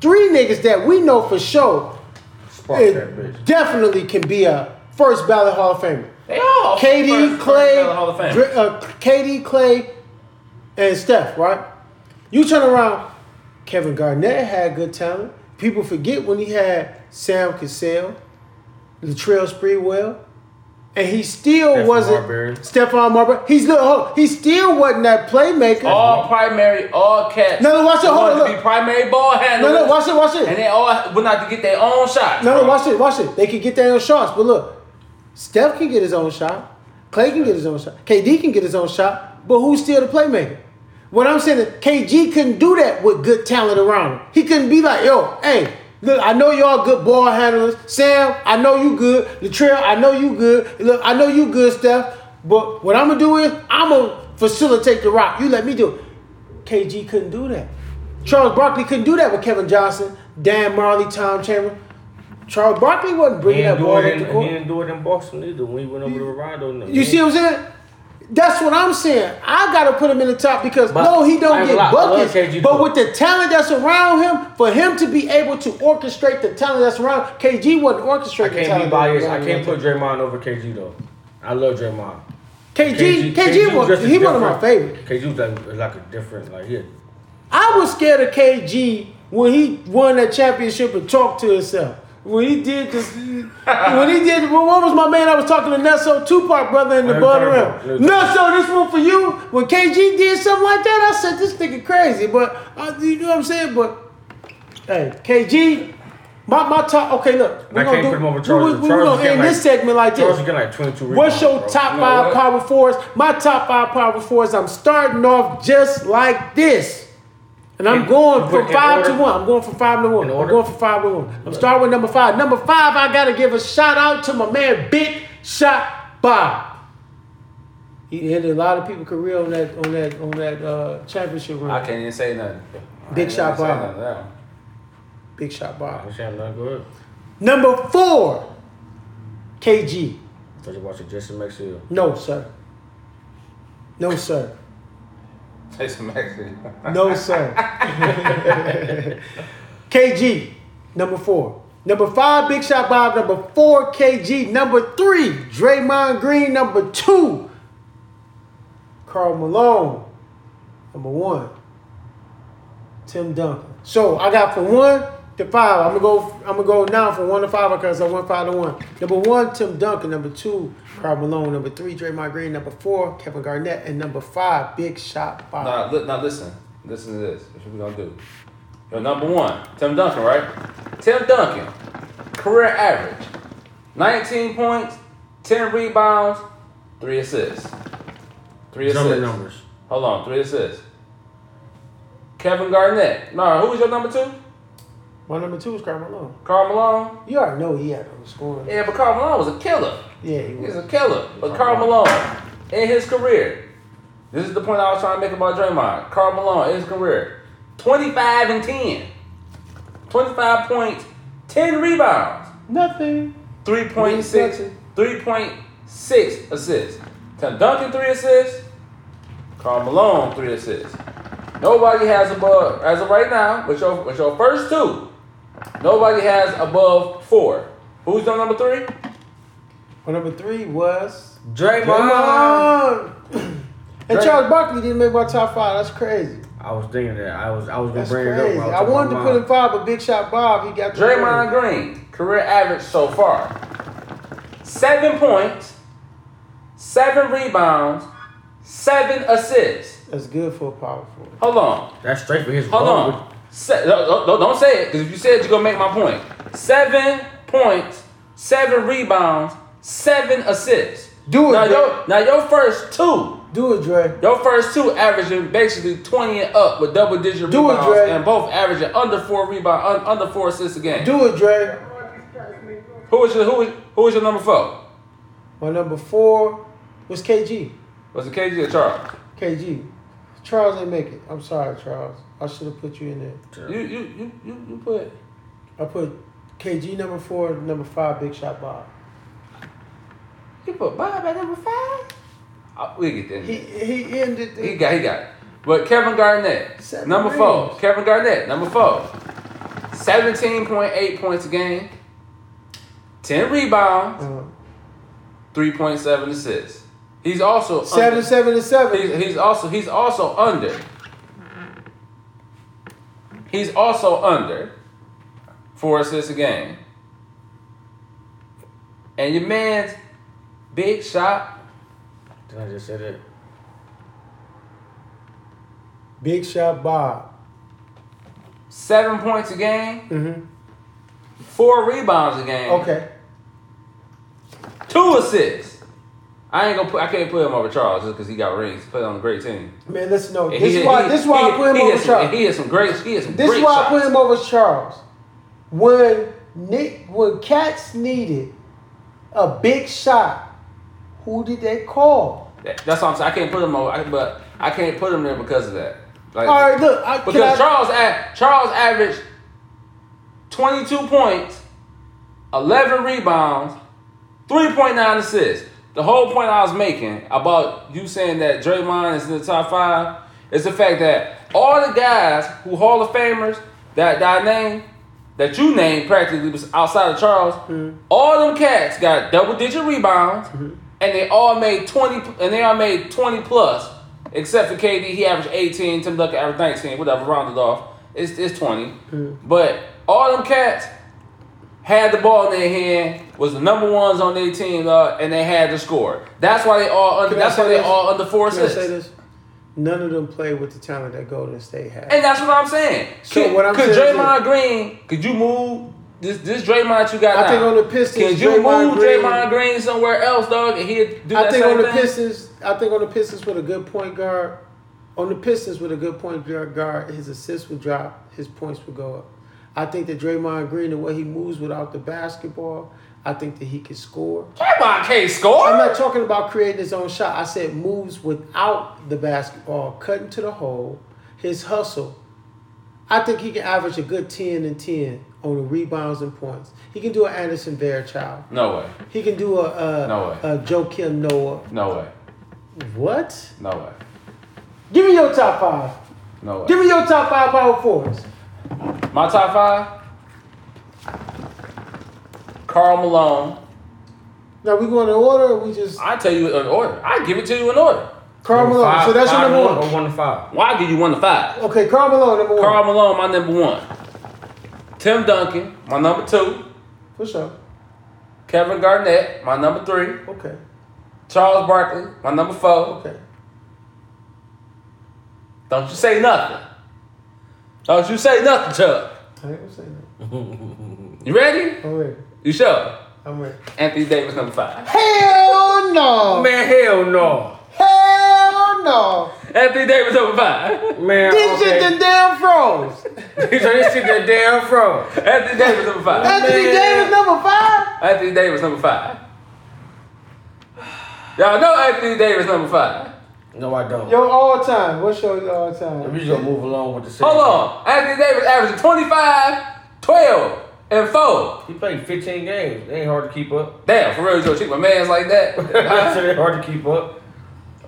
Speaker 1: Three niggas that we know for sure
Speaker 3: Spark that bitch.
Speaker 1: it definitely can be a first ballot Hall of Famer.
Speaker 2: They all. first-
Speaker 1: KD,
Speaker 2: first
Speaker 1: Clay,
Speaker 2: ballot Hall of Fame.
Speaker 1: Dr- uh, KD, Clay, and Steph, right? You turn around, Kevin Garnett had good talent. People forget when he had Sam Cassell, Latrell Sprewell, and he still
Speaker 3: Stephon
Speaker 1: wasn't
Speaker 3: Marbury.
Speaker 1: Stephon Marbury. He's good. Hold on. He still wasn't that playmaker.
Speaker 3: Oh.
Speaker 2: all primary, all cats.
Speaker 1: No, no, watch it,
Speaker 2: They
Speaker 1: hold
Speaker 2: wanted
Speaker 1: on,
Speaker 2: to
Speaker 1: look.
Speaker 2: Be primary ball
Speaker 1: no,
Speaker 2: handlers.
Speaker 1: no, watch it, watch it.
Speaker 2: And they all went out to get their own shots.
Speaker 1: No,
Speaker 2: bro.
Speaker 1: no, watch it, watch it. They can get their own shots, but look, Steph can get his own shot, Clay can get his own shot, KD can get his own shot, but who's still the playmaker? What I'm saying is KG couldn't do that with good talent around him. He couldn't be like, yo, hey, look, I know y'all good ball handlers. Sam, I know you good. Latrell, I know you good. Look, I know you good, Steph. But what I'm gonna do is I'm gonna facilitate the rock. You let me do it. KG couldn't do that. Charles Barkley couldn't do that with Kevin Johnson, Dan Marley, Tom Chamberlain. Charles Barkley wasn't
Speaker 3: He
Speaker 1: bringing
Speaker 3: didn't,
Speaker 1: that
Speaker 3: do
Speaker 1: ball
Speaker 3: it
Speaker 1: up
Speaker 3: in,
Speaker 1: the
Speaker 3: he
Speaker 1: court.
Speaker 3: didn't do it in Boston either when he went over to Rondo. and them.
Speaker 1: You see what I'm saying? That's what I'm saying. I gotta put him in the top because no, he
Speaker 3: I
Speaker 1: don't
Speaker 3: ain't
Speaker 1: get
Speaker 3: gonna lie, I love
Speaker 1: buckets.
Speaker 3: KG
Speaker 1: But
Speaker 3: though.
Speaker 1: with the talent that's around him, for him to be able to orchestrate the talent that's around, KG wasn't orchestrating.
Speaker 3: I
Speaker 1: the talent
Speaker 3: can't be
Speaker 1: that was
Speaker 3: biased. I
Speaker 1: around
Speaker 3: can't
Speaker 1: him.
Speaker 3: put Draymond over KG though. I love Draymond.
Speaker 1: KG. KG, was,
Speaker 3: just a
Speaker 1: he one of my
Speaker 3: different-
Speaker 1: favorites.
Speaker 3: KG was like, like a different like he.
Speaker 1: I was scared of KG when he won that championship and talked to himself. When he did this, when he did, well, what was my man? I was talking to Nesso, Tupac brother in the
Speaker 3: Larry
Speaker 1: butter
Speaker 3: Bird.
Speaker 1: room. Nesso, this one for you. When KG did something like that, I said this nigga crazy. But uh, you know what I'm saying? But hey, KG, my my top. Okay, look,
Speaker 3: I can't put him over Charles.
Speaker 1: We, we, we
Speaker 3: Charles
Speaker 1: gonna
Speaker 3: is
Speaker 1: end
Speaker 3: getting
Speaker 1: this
Speaker 3: like-
Speaker 1: segment like
Speaker 3: Charles
Speaker 1: this.
Speaker 3: is getting like 22
Speaker 1: What's
Speaker 3: rebounds,
Speaker 1: your
Speaker 3: bro.
Speaker 1: top
Speaker 2: You know
Speaker 1: five
Speaker 2: what?
Speaker 1: power fours? My top five power fours. I'm starting off just like this. And I'm
Speaker 3: In-
Speaker 1: going
Speaker 3: but
Speaker 1: from
Speaker 3: in
Speaker 1: five to
Speaker 3: order-
Speaker 1: one. I'm going from five to one.
Speaker 3: In
Speaker 1: I'm
Speaker 3: order-
Speaker 1: going from five to one. I'm starting with number five. Number five, I gotta give a shout out to my man Big Shot Bob. He ended a lot of people's career on that on that on that uh, championship run.
Speaker 2: I can't even say nothing.
Speaker 1: Big
Speaker 2: I can't
Speaker 1: shot
Speaker 2: even say
Speaker 1: Bob.
Speaker 2: nothing now.
Speaker 1: Big Shot Bob.
Speaker 3: I'm saying not good.
Speaker 1: Number four, KG.
Speaker 3: I thought you watching Jason Maxwell.
Speaker 1: No sir. No sir.
Speaker 2: Jason Maxey.
Speaker 1: No, sir. KG, number four. Number five, Big Shot Bob. Number four, KG. Number three, Draymond Green. Number two, Carl Malone. Number one, Tim Duncan. So I got from one to five. I'm gonna go. I'm gonna go now from one to five because I went five to one. Number one, Tim Duncan. Number two, Carl Malone. Number three, Draymond Green. Number four, Kevin Garnett. And number five, Big Shot Bob.
Speaker 2: Now, li- now listen. Listen to this. This is what we gonna do. Your number one, Tim Duncan, right? Tim Duncan, career average, 19 points, 10 rebounds, three assists. Three
Speaker 3: Jumping
Speaker 2: assists.
Speaker 3: numbers.
Speaker 2: Hold on, three assists. Kevin Garnett. Nah, who was your number two?
Speaker 1: My number two is Carl Malone.
Speaker 2: Carl Malone.
Speaker 1: You already know he had on scoring.
Speaker 2: Yeah, but Carl Malone was a killer.
Speaker 1: Yeah, he was.
Speaker 2: He's a killer. But Carl Malone, in his career, this is the point I was trying to make about Draymond. Carl Malone, in his career, 25 and 10. 25 points, 10 rebounds,
Speaker 1: Nothing.
Speaker 2: 3.6, 3.6 assists. Tim Duncan, 3 assists. Carl Malone, 3 assists. Nobody has above, as of right now, with your, with your first two, nobody has above 4. Who's the number 3?
Speaker 1: My number three was
Speaker 3: Draymond.
Speaker 1: and
Speaker 3: Dray-
Speaker 1: Charles Barkley didn't make my top five. That's crazy.
Speaker 3: I was thinking that. I was I was gonna
Speaker 1: That's
Speaker 3: bring
Speaker 1: crazy.
Speaker 3: it up.
Speaker 1: I wanted to put in five, but Big Shot Bob, he got the
Speaker 2: Draymond Green, career average so far. Seven points, seven rebounds, seven assists.
Speaker 1: That's good for a power forward.
Speaker 2: Hold on,
Speaker 3: That's straight for his
Speaker 2: hold
Speaker 3: ball.
Speaker 2: on. Se- no, no, no, don't say it, because if you say it, you're going to make my point. Seven points, seven rebounds, seven assists.
Speaker 1: Do it,
Speaker 2: Now,
Speaker 1: bro.
Speaker 2: your, now your first two,
Speaker 1: Do it, Dre.
Speaker 2: your first two averaging basically 20 and up with double digit
Speaker 1: Do it,
Speaker 2: rebounds,
Speaker 1: Dre.
Speaker 2: and both averaging under four rebound, un- under four assists a game.
Speaker 1: Do it, Dre.
Speaker 2: Who was your who was, who was your number four?
Speaker 1: My number four was KG.
Speaker 2: Was it KG or Charles?
Speaker 1: KG. Charles didn't make it. I'm sorry, Charles. I should have put you in there.
Speaker 2: You you you you, you put
Speaker 1: I put KG number four, number five, Big Shot Bob.
Speaker 2: you put Bob at number five. Uh, we get there.
Speaker 1: He
Speaker 2: He,
Speaker 1: he ended. The,
Speaker 2: got he got. It. But Kevin Garnett,
Speaker 1: Seven
Speaker 2: number
Speaker 1: rings.
Speaker 2: four. Kevin Garnett, number four.
Speaker 1: Uh,
Speaker 2: Seventeen point eight points a game. Ten rebounds,
Speaker 1: Um,
Speaker 2: three point seven assists. He's also
Speaker 1: Seven,
Speaker 2: under.
Speaker 1: seven, and seven.
Speaker 2: He's, he's also he's also under. He's also under four assists a game. And your man's big shot.
Speaker 3: Did I just say that?
Speaker 1: Big shot, Bob.
Speaker 2: Seven points a game,
Speaker 1: Mm-hmm.
Speaker 2: four rebounds a game,
Speaker 1: Okay.
Speaker 2: two assists. I ain't gonna put. I can't put him over Charles just because he got rings. Put on a great team.
Speaker 1: Man, let's know.
Speaker 2: And
Speaker 1: This
Speaker 2: he-
Speaker 1: is why.
Speaker 2: he-
Speaker 1: This is why
Speaker 2: he-
Speaker 1: I put him
Speaker 2: he
Speaker 1: over
Speaker 2: has some-
Speaker 1: Charles.
Speaker 2: He has some great. He has some
Speaker 1: This
Speaker 2: great
Speaker 1: is why
Speaker 2: shots.
Speaker 1: I put him over Charles. When Nick, when Cats needed a big shot, who did they call?
Speaker 2: That- That's what I'm saying. I can't put him over, I- but I can't put him there because of that. Like,
Speaker 1: All right, look. I, can
Speaker 2: because
Speaker 1: I,
Speaker 2: Charles a- Charles averaged 22 points, 11 rebounds, 3.9 assists. The whole point I was making about you saying that Draymond is in the top five is the fact that all the guys who Hall of Famers that, that I named, that you named practically was outside of Charles, all them cats got double digit rebounds, and they all made 20 and they all made 20 plus, except for KD, he averaged 18, Tim Duncan averaged 19, whatever, rounded off. It's, it's 20. But all them cats had the ball in their hand, was the number ones on their team, uh, and they had to score. That's why they all under.
Speaker 1: Can I
Speaker 2: That's
Speaker 1: say
Speaker 2: why they
Speaker 1: this?
Speaker 2: all under four
Speaker 1: can I say
Speaker 2: assists.
Speaker 1: this? None of them played with the talent that Golden State had.
Speaker 2: And that's what I'm saying.
Speaker 1: So
Speaker 2: could,
Speaker 1: what I'm
Speaker 2: could
Speaker 1: saying is
Speaker 2: Draymond Green? Could you move this this Draymond you got?
Speaker 1: I
Speaker 2: now,
Speaker 1: think on the Pistons,
Speaker 2: Could you
Speaker 1: Draymond
Speaker 2: move
Speaker 1: Green-
Speaker 2: Draymond Green somewhere else, dog? And he'd do that
Speaker 1: I think
Speaker 2: same
Speaker 1: on the
Speaker 2: thing?
Speaker 1: Pistons, I think on the Pistons with a good point guard, on the Pistons with a good point guard, guard, his assists would drop, his points would go up. I think that Draymond Green, the way he moves without the basketball, I think that he can score.
Speaker 2: Draymond can't score.
Speaker 1: I'm not talking about creating his own shot. I said moves without the basketball, cutting to the hole, his hustle. I think he can average a good 10 and 10 on the rebounds and points. He can do an Anderson Fairchild.
Speaker 2: no way.
Speaker 1: He can do a, a,
Speaker 2: No way.
Speaker 1: a Joe Kim Noah.
Speaker 2: No way.
Speaker 1: What?
Speaker 2: No way.
Speaker 1: Give me your top five.
Speaker 2: No way.
Speaker 1: Give me your top five power forwards.
Speaker 2: My top five. Carl Malone.
Speaker 1: Now we going in order. Or we just
Speaker 2: I tell you in order. I give it to you in order.
Speaker 1: Carl Malone.
Speaker 3: Five-
Speaker 1: so that's your
Speaker 3: five
Speaker 1: number
Speaker 3: or
Speaker 1: one.
Speaker 3: one to five?
Speaker 2: Why give you one to five?
Speaker 1: Okay, Carl Malone number one.
Speaker 2: Carl Malone, my number one. Tim Duncan, my number two.
Speaker 1: For sure.
Speaker 2: Kevin Garnett, my number three.
Speaker 1: Okay.
Speaker 2: Charles Barkley, my number four.
Speaker 1: Okay.
Speaker 2: Don't you say nothing. Don't you say nothing, Chuck.
Speaker 1: I ain't gonna say that.
Speaker 2: You ready?
Speaker 1: I'm ready.
Speaker 2: You sure?
Speaker 1: I'm ready.
Speaker 2: Anthony Davis, number five.
Speaker 1: Hell no.
Speaker 3: Man, hell no.
Speaker 1: Hell no.
Speaker 2: Anthony Davis, number five.
Speaker 3: Man,
Speaker 1: This shit
Speaker 3: okay.
Speaker 1: the damn froze.
Speaker 3: so this shit the damn from.
Speaker 2: Anthony Davis, number five.
Speaker 1: Anthony Davis number five.
Speaker 2: Anthony Davis, number five. Y'all know Anthony Davis, number five.
Speaker 3: No, I don't.
Speaker 1: Your all time. What's your all
Speaker 3: We just
Speaker 1: time?
Speaker 3: gonna move along with the same.
Speaker 2: Hold on. Anthony Davis averaging 25, 12, and 4.
Speaker 3: He played 15 games. They ain't hard to keep up.
Speaker 2: Damn, for real, Joe treat my man's like
Speaker 3: so
Speaker 2: that.
Speaker 3: they hard to keep up.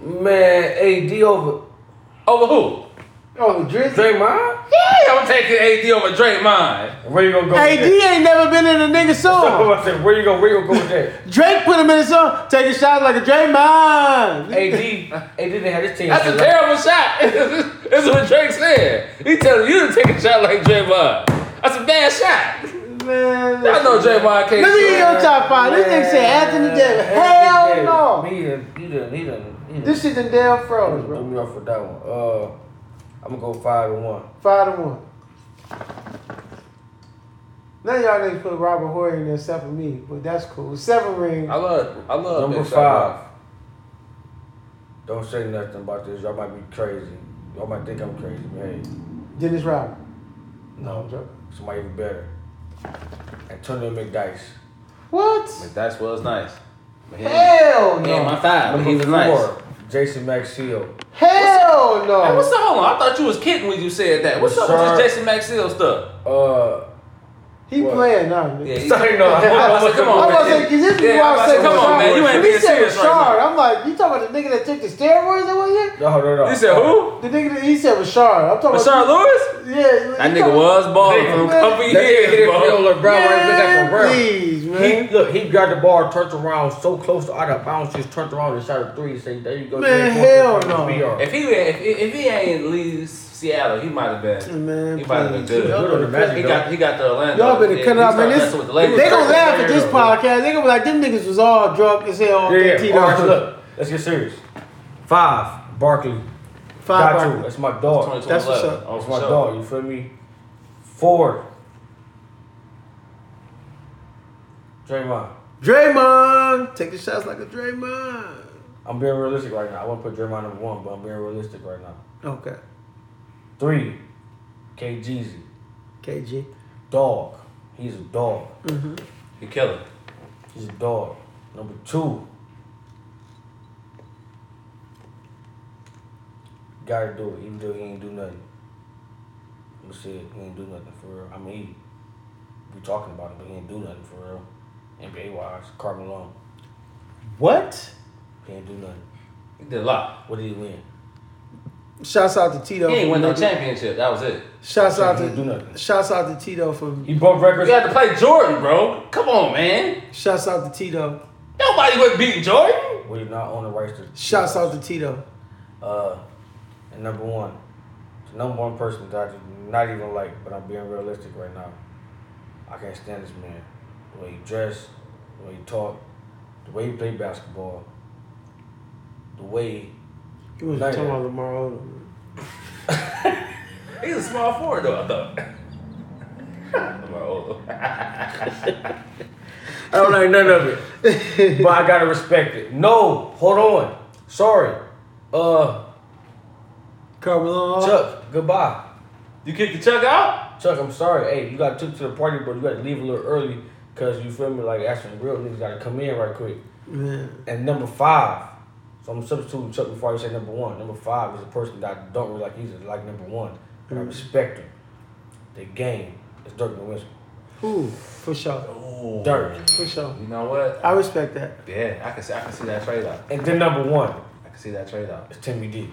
Speaker 3: Man, AD over
Speaker 2: over who?
Speaker 1: Oh, Drizzy.
Speaker 3: Draymond?
Speaker 2: Yeah, I'm taking AD over Draymond.
Speaker 3: Where you gonna go
Speaker 1: AD
Speaker 3: with that?
Speaker 1: ain't never been in a nigga
Speaker 3: So
Speaker 1: song.
Speaker 3: I said, where you gonna, where you gonna go with that?
Speaker 1: Drake put him in his song, taking shots like a Draymond.
Speaker 3: AD, AD didn't have this team.
Speaker 2: That's a
Speaker 3: since
Speaker 2: terrible shot. That's what Drake said. He telling you to take a shot like Draymond. That's a bad shot.
Speaker 1: Man,
Speaker 2: I know Draymond
Speaker 1: Let me
Speaker 2: can't
Speaker 1: get
Speaker 2: shoot.
Speaker 1: your top five. This nigga said Anthony Davis. Hell no.
Speaker 3: He done, he done, he done. He done.
Speaker 1: This shit done damn froze,
Speaker 3: threw
Speaker 1: bro.
Speaker 3: me off with that one. Uh, I'm gonna go five and one.
Speaker 1: Five to one. None of y'all niggas put Robert Horry in there except for me, but that's cool. Seven ring.
Speaker 2: I love, I love
Speaker 3: Number
Speaker 2: big shot,
Speaker 3: five. Don't say nothing about this. Y'all might be crazy. Y'all might think I'm crazy, but hey,
Speaker 1: Dennis Robin.
Speaker 3: no,
Speaker 1: I'm joking.
Speaker 3: somebody even better. Antonio McDice.
Speaker 1: What?
Speaker 2: bro. That was nice. But he ain't-
Speaker 1: Hell
Speaker 2: he ain't my
Speaker 1: no.
Speaker 2: five. but
Speaker 3: Number
Speaker 2: he was
Speaker 3: four,
Speaker 2: nice.
Speaker 3: Jason Maxill.
Speaker 1: Hell
Speaker 2: Hey, what's
Speaker 1: no.
Speaker 2: up? Hold on. I thought you was kidding when you said that. What's up with
Speaker 3: Sorry.
Speaker 2: this Jason Maxill stuff?
Speaker 3: Uh,
Speaker 1: He
Speaker 3: What?
Speaker 1: playing now, nigga.
Speaker 2: Yeah, he-
Speaker 3: Sorry, no.
Speaker 2: I was like, come on,
Speaker 1: I'm about to say, cause
Speaker 2: man.
Speaker 1: this
Speaker 2: Yeah,
Speaker 1: is why
Speaker 2: I'm
Speaker 1: I
Speaker 2: about
Speaker 1: said
Speaker 2: to say, come on, man. You ain't
Speaker 1: He
Speaker 2: being
Speaker 1: said
Speaker 2: serious right
Speaker 1: Rashard. I'm like, you talking about the nigga that took the steroids that one year?
Speaker 3: No, no, no.
Speaker 2: now. You said who?
Speaker 1: The nigga that he said Rashard. I'm talking
Speaker 2: Rashard
Speaker 1: about
Speaker 2: Lewis?
Speaker 1: Yeah, you
Speaker 2: That
Speaker 1: talking-
Speaker 2: nigga was balling for a
Speaker 1: Man,
Speaker 2: couple
Speaker 3: That nigga hit
Speaker 2: years,
Speaker 3: it from
Speaker 2: bro.
Speaker 3: LeBron right back
Speaker 1: Man,
Speaker 3: from Brown.
Speaker 1: please, man.
Speaker 3: He look, he grabbed the ball, turned around so close to out of bounds, just turned around and shot a three. Say, there you go.
Speaker 1: Man,
Speaker 3: you ain't
Speaker 1: hell
Speaker 3: going to the
Speaker 1: no.
Speaker 3: VR.
Speaker 2: If he if, if he ain't leave Seattle, he might have been.
Speaker 1: Man,
Speaker 2: He might have been
Speaker 1: please.
Speaker 2: good.
Speaker 1: Y'all better
Speaker 3: Imagine
Speaker 2: He
Speaker 1: cut-
Speaker 2: got he got the Orlando.
Speaker 1: Y'all better
Speaker 2: Yeah,
Speaker 1: cut
Speaker 2: he
Speaker 1: it out, man.
Speaker 2: started
Speaker 1: This,
Speaker 2: messing with the Lakers.
Speaker 1: they gonna laugh at this
Speaker 3: Yeah.
Speaker 1: podcast. They gonna be like, them niggas was all drunk as hell.
Speaker 3: Yeah, yeah.
Speaker 1: $15.
Speaker 3: All right, so look, let's get serious. Five, Barkley.
Speaker 1: Five
Speaker 3: got you.
Speaker 1: bucks.
Speaker 3: That's my dog.
Speaker 1: That's what's up.
Speaker 2: Oh,
Speaker 3: That's
Speaker 2: for
Speaker 3: my
Speaker 2: sure.
Speaker 3: dog. You feel me? Four. Draymond.
Speaker 1: Draymond, take the shots like a Draymond.
Speaker 3: I'm being realistic right now. I want to put Draymond number one, but I'm being realistic right now.
Speaker 1: Okay,
Speaker 3: Three, KGZ.
Speaker 1: KG.
Speaker 3: Dog. He's a dog.
Speaker 2: He killed him.
Speaker 3: He's a dog. Number two. Gotta do it, even though he ain't do nothing. I'm gonna say it, he ain't do nothing for real. I mean, he, we talking about him, but he ain't do nothing for real. NBA wise, Carmelo, Malone,
Speaker 1: What?
Speaker 3: he ain't do nothing.
Speaker 2: He did a lot.
Speaker 3: What did he win?
Speaker 1: Shouts out to Tito.
Speaker 2: He ain't win no
Speaker 1: from-
Speaker 2: championship. That was it.
Speaker 1: Shouts out
Speaker 3: He didn't do
Speaker 1: to
Speaker 3: nothing.
Speaker 1: Shouts out to Tito from
Speaker 3: He broke records.
Speaker 2: You had to play Jordan, bro. Come on, man.
Speaker 1: Shouts out to Tito.
Speaker 2: Nobody would beat Jordan.
Speaker 3: We did not own the rights to.
Speaker 1: Shouts out to Tito.
Speaker 3: Uh, and number one, the number one person that I do not even like, but I'm being realistic right now. I can't stand this man. The way he dressed, the way he talked, the way he played basketball, the way
Speaker 1: You was
Speaker 3: Like
Speaker 1: talking
Speaker 3: that.
Speaker 1: about Lamar Odom.
Speaker 2: He's a small forward, though, I thought. I'm like, oh.
Speaker 3: I don't like none of it, but I gotta respect it. No, hold on. Sorry, uh,
Speaker 1: Carmelo.
Speaker 3: Chuck. Goodbye,
Speaker 2: You kicked the Chuck out?
Speaker 3: Chuck. I'm sorry. Hey, you got took to the party, but you got to leave a little early, cause you feel me? Like actually, real niggas gotta come in right quick.
Speaker 1: Man.
Speaker 3: And number five, so I'm substituting Chuck before I say number one. Number five is a person that I don't really like. He's like number one, but
Speaker 1: Mm-hmm.
Speaker 3: I respect him. The game is Dirk Nowitzki.
Speaker 1: Who? For sure.
Speaker 2: Ooh.
Speaker 3: Dirk.
Speaker 1: For sure.
Speaker 2: You know what?
Speaker 1: I respect that.
Speaker 2: Yeah, I can see, I can see that trade off.
Speaker 3: And then number one
Speaker 2: I can see that trade off.
Speaker 3: is Timmy D.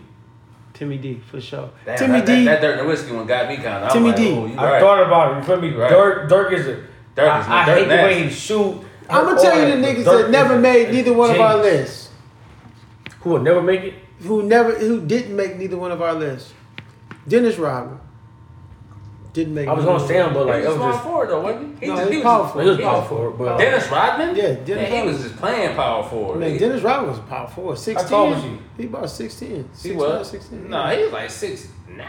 Speaker 1: Timmy D, for sure.
Speaker 2: Damn,
Speaker 1: Timmy
Speaker 2: that,
Speaker 1: D.
Speaker 2: That, that Dirk and Whiskey one got me kind of.
Speaker 1: Timmy
Speaker 2: like,
Speaker 1: D.
Speaker 2: Oh, you
Speaker 3: I
Speaker 2: right.
Speaker 3: thought about it. You feel me?
Speaker 2: Right.
Speaker 3: Dirk, Dirk is a.
Speaker 2: Dirk is-
Speaker 3: I, I
Speaker 2: Dirk
Speaker 3: hate the way
Speaker 2: nasty.
Speaker 3: he shoot.
Speaker 1: I'm gonna tell you the niggas that never made neither one of our lists.
Speaker 3: Who will never make it?
Speaker 1: Who never who didn't make neither one of our lists. Dennis Rodman. Didn't make
Speaker 3: I was
Speaker 1: neither
Speaker 3: gonna
Speaker 1: one.
Speaker 3: say him, but
Speaker 2: He
Speaker 3: like
Speaker 2: was
Speaker 3: it
Speaker 2: a small
Speaker 3: was just.
Speaker 2: forward, though, wasn't he?
Speaker 1: No,
Speaker 2: just,
Speaker 1: he power forward.
Speaker 3: He was
Speaker 2: He
Speaker 3: power forward, but
Speaker 2: Dennis Rodman?
Speaker 1: Yeah, Dennis
Speaker 2: Man, he
Speaker 1: Rodman.
Speaker 2: was just playing power forward.
Speaker 1: Man,
Speaker 2: He-
Speaker 1: Dennis Rodman was powerful. four. Sixteen.
Speaker 3: tall was he?
Speaker 1: He about sixteen.
Speaker 2: He
Speaker 1: 16,
Speaker 2: was.
Speaker 1: 16.
Speaker 2: No, he was like six nine.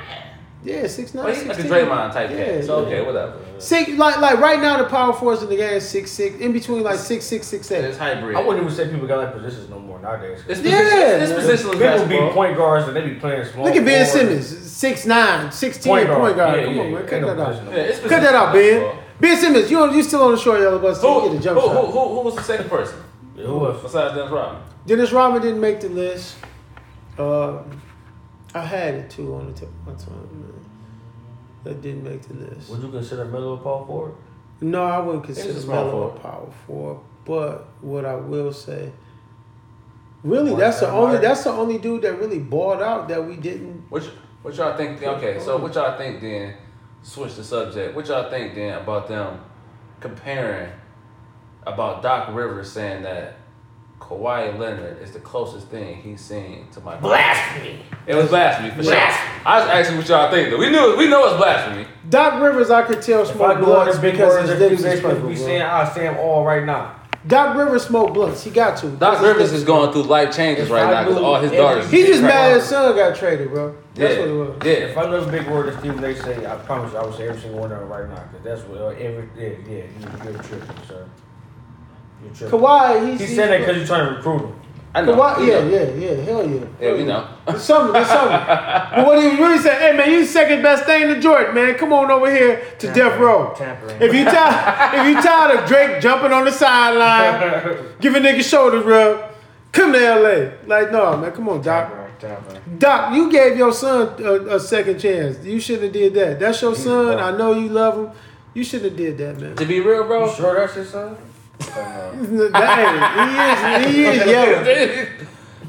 Speaker 1: Yeah, six nine.
Speaker 2: But he's like a
Speaker 1: 16.
Speaker 2: Draymond type
Speaker 1: Yeah,
Speaker 2: cat. So
Speaker 1: yeah.
Speaker 2: okay, whatever.
Speaker 1: Six like like right now the power fours in the game is six six in between like six six six
Speaker 2: It's
Speaker 1: eight.
Speaker 2: hybrid.
Speaker 3: I wouldn't even say people got like positions no more nowadays.
Speaker 2: This
Speaker 1: Yeah,
Speaker 2: position, this
Speaker 1: man.
Speaker 2: position was
Speaker 3: People be
Speaker 2: basketball.
Speaker 3: point guards and they be playing small.
Speaker 1: Look at Ben
Speaker 3: forward.
Speaker 1: Simmons, 6'9", 16 point
Speaker 3: Point
Speaker 1: guard.
Speaker 3: guard. Yeah,
Speaker 1: Come
Speaker 3: yeah,
Speaker 1: on,
Speaker 3: yeah.
Speaker 1: man, cut
Speaker 3: Ain't no
Speaker 1: that out.
Speaker 3: position.
Speaker 2: Yeah, it's
Speaker 1: Cut that out, Ben.
Speaker 2: basketball.
Speaker 1: Ben Simmons, you you still on the short yellow bus?
Speaker 2: Who,
Speaker 1: So you get a jump
Speaker 2: who, who,
Speaker 1: shot.
Speaker 2: who, who was the second person
Speaker 3: Yeah, who else?
Speaker 2: besides Dennis Rodman?
Speaker 1: Dennis Rodman didn't make the list. Uh, I had it too on the tip of my tongue, man. That didn't make the list.
Speaker 3: Would you consider Melo a power forward?
Speaker 1: No, I wouldn't consider
Speaker 2: small
Speaker 1: Melo a
Speaker 2: forward.
Speaker 1: power forward. But what I will say, really,
Speaker 3: Mark
Speaker 1: that's the
Speaker 3: Van
Speaker 1: only
Speaker 3: Mark.
Speaker 1: that's the only dude that really balled out that we didn't.
Speaker 2: What, y- what y'all think? then- Okay, so what y'all think then? Switch the subject. What y'all think then about them comparing about Doc Rivers saying that Kawhi Leonard is the closest thing he's seen to Michael?
Speaker 3: Blasphemy.
Speaker 2: It was blasphemy for
Speaker 3: Blasphemy.
Speaker 2: sure. I was asking what y'all think though. We knew we know it's blasphemy.
Speaker 1: Doc Rivers, I could tell
Speaker 3: If I
Speaker 1: smoked
Speaker 3: go on
Speaker 1: blunts
Speaker 3: the big
Speaker 1: because
Speaker 3: words,
Speaker 1: his
Speaker 3: if you
Speaker 1: lips
Speaker 3: say
Speaker 1: is
Speaker 3: what
Speaker 1: purple.
Speaker 3: we saying,
Speaker 1: bro.
Speaker 3: I'll say them all right now.
Speaker 1: Doc Rivers smoked blunts. He got to.
Speaker 2: Doc
Speaker 1: His
Speaker 2: Rivers
Speaker 1: lips
Speaker 2: is going through life changes
Speaker 3: If
Speaker 2: right
Speaker 3: I
Speaker 2: now because
Speaker 3: knew
Speaker 2: all his
Speaker 3: every-
Speaker 2: daughters.
Speaker 1: He just
Speaker 2: right
Speaker 1: mad
Speaker 2: now.
Speaker 1: his son got traded, bro.
Speaker 2: Yeah,
Speaker 1: That's what it was.
Speaker 3: If
Speaker 2: yeah.
Speaker 3: I know the big word that Stephen A say, I promise you, I would say every single one of them right now. Because that's what uh, every, yeah, yeah, you- you're tripping, sir. You're tripping.
Speaker 1: Kawhi, he's
Speaker 3: He said that because you're trying to recruit him.
Speaker 2: I know.
Speaker 1: Kawhi,
Speaker 2: We
Speaker 1: yeah,
Speaker 2: know.
Speaker 1: yeah, yeah, hell yeah.
Speaker 2: Yeah, we know.
Speaker 1: There's something, there's something. but what he was really saying, hey man, you second best thing to Jordan, man. Come on over here to death row.
Speaker 3: Tampering.
Speaker 1: If you tired, if you tired of Drake jumping on the sideline, give a nigga shoulder rub, come to LA. Like, no, man, come on, Doc.
Speaker 3: Tampering, tampering.
Speaker 1: Doc, you
Speaker 2: Mm,
Speaker 1: gave your son a, a second chance. You shouldn't have did that. That's your son. I know you love him. You shouldn't have did that, man.
Speaker 2: To be real, bro.
Speaker 3: You sure that's your son?
Speaker 1: Dang, he is, he is
Speaker 2: yeah,
Speaker 1: yelling.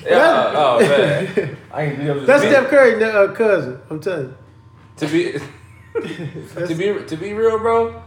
Speaker 2: oh man.
Speaker 3: I ain't do that.
Speaker 1: That's Steph Curry uh, cousin. I'm telling you.
Speaker 2: To be to be to be real, bro.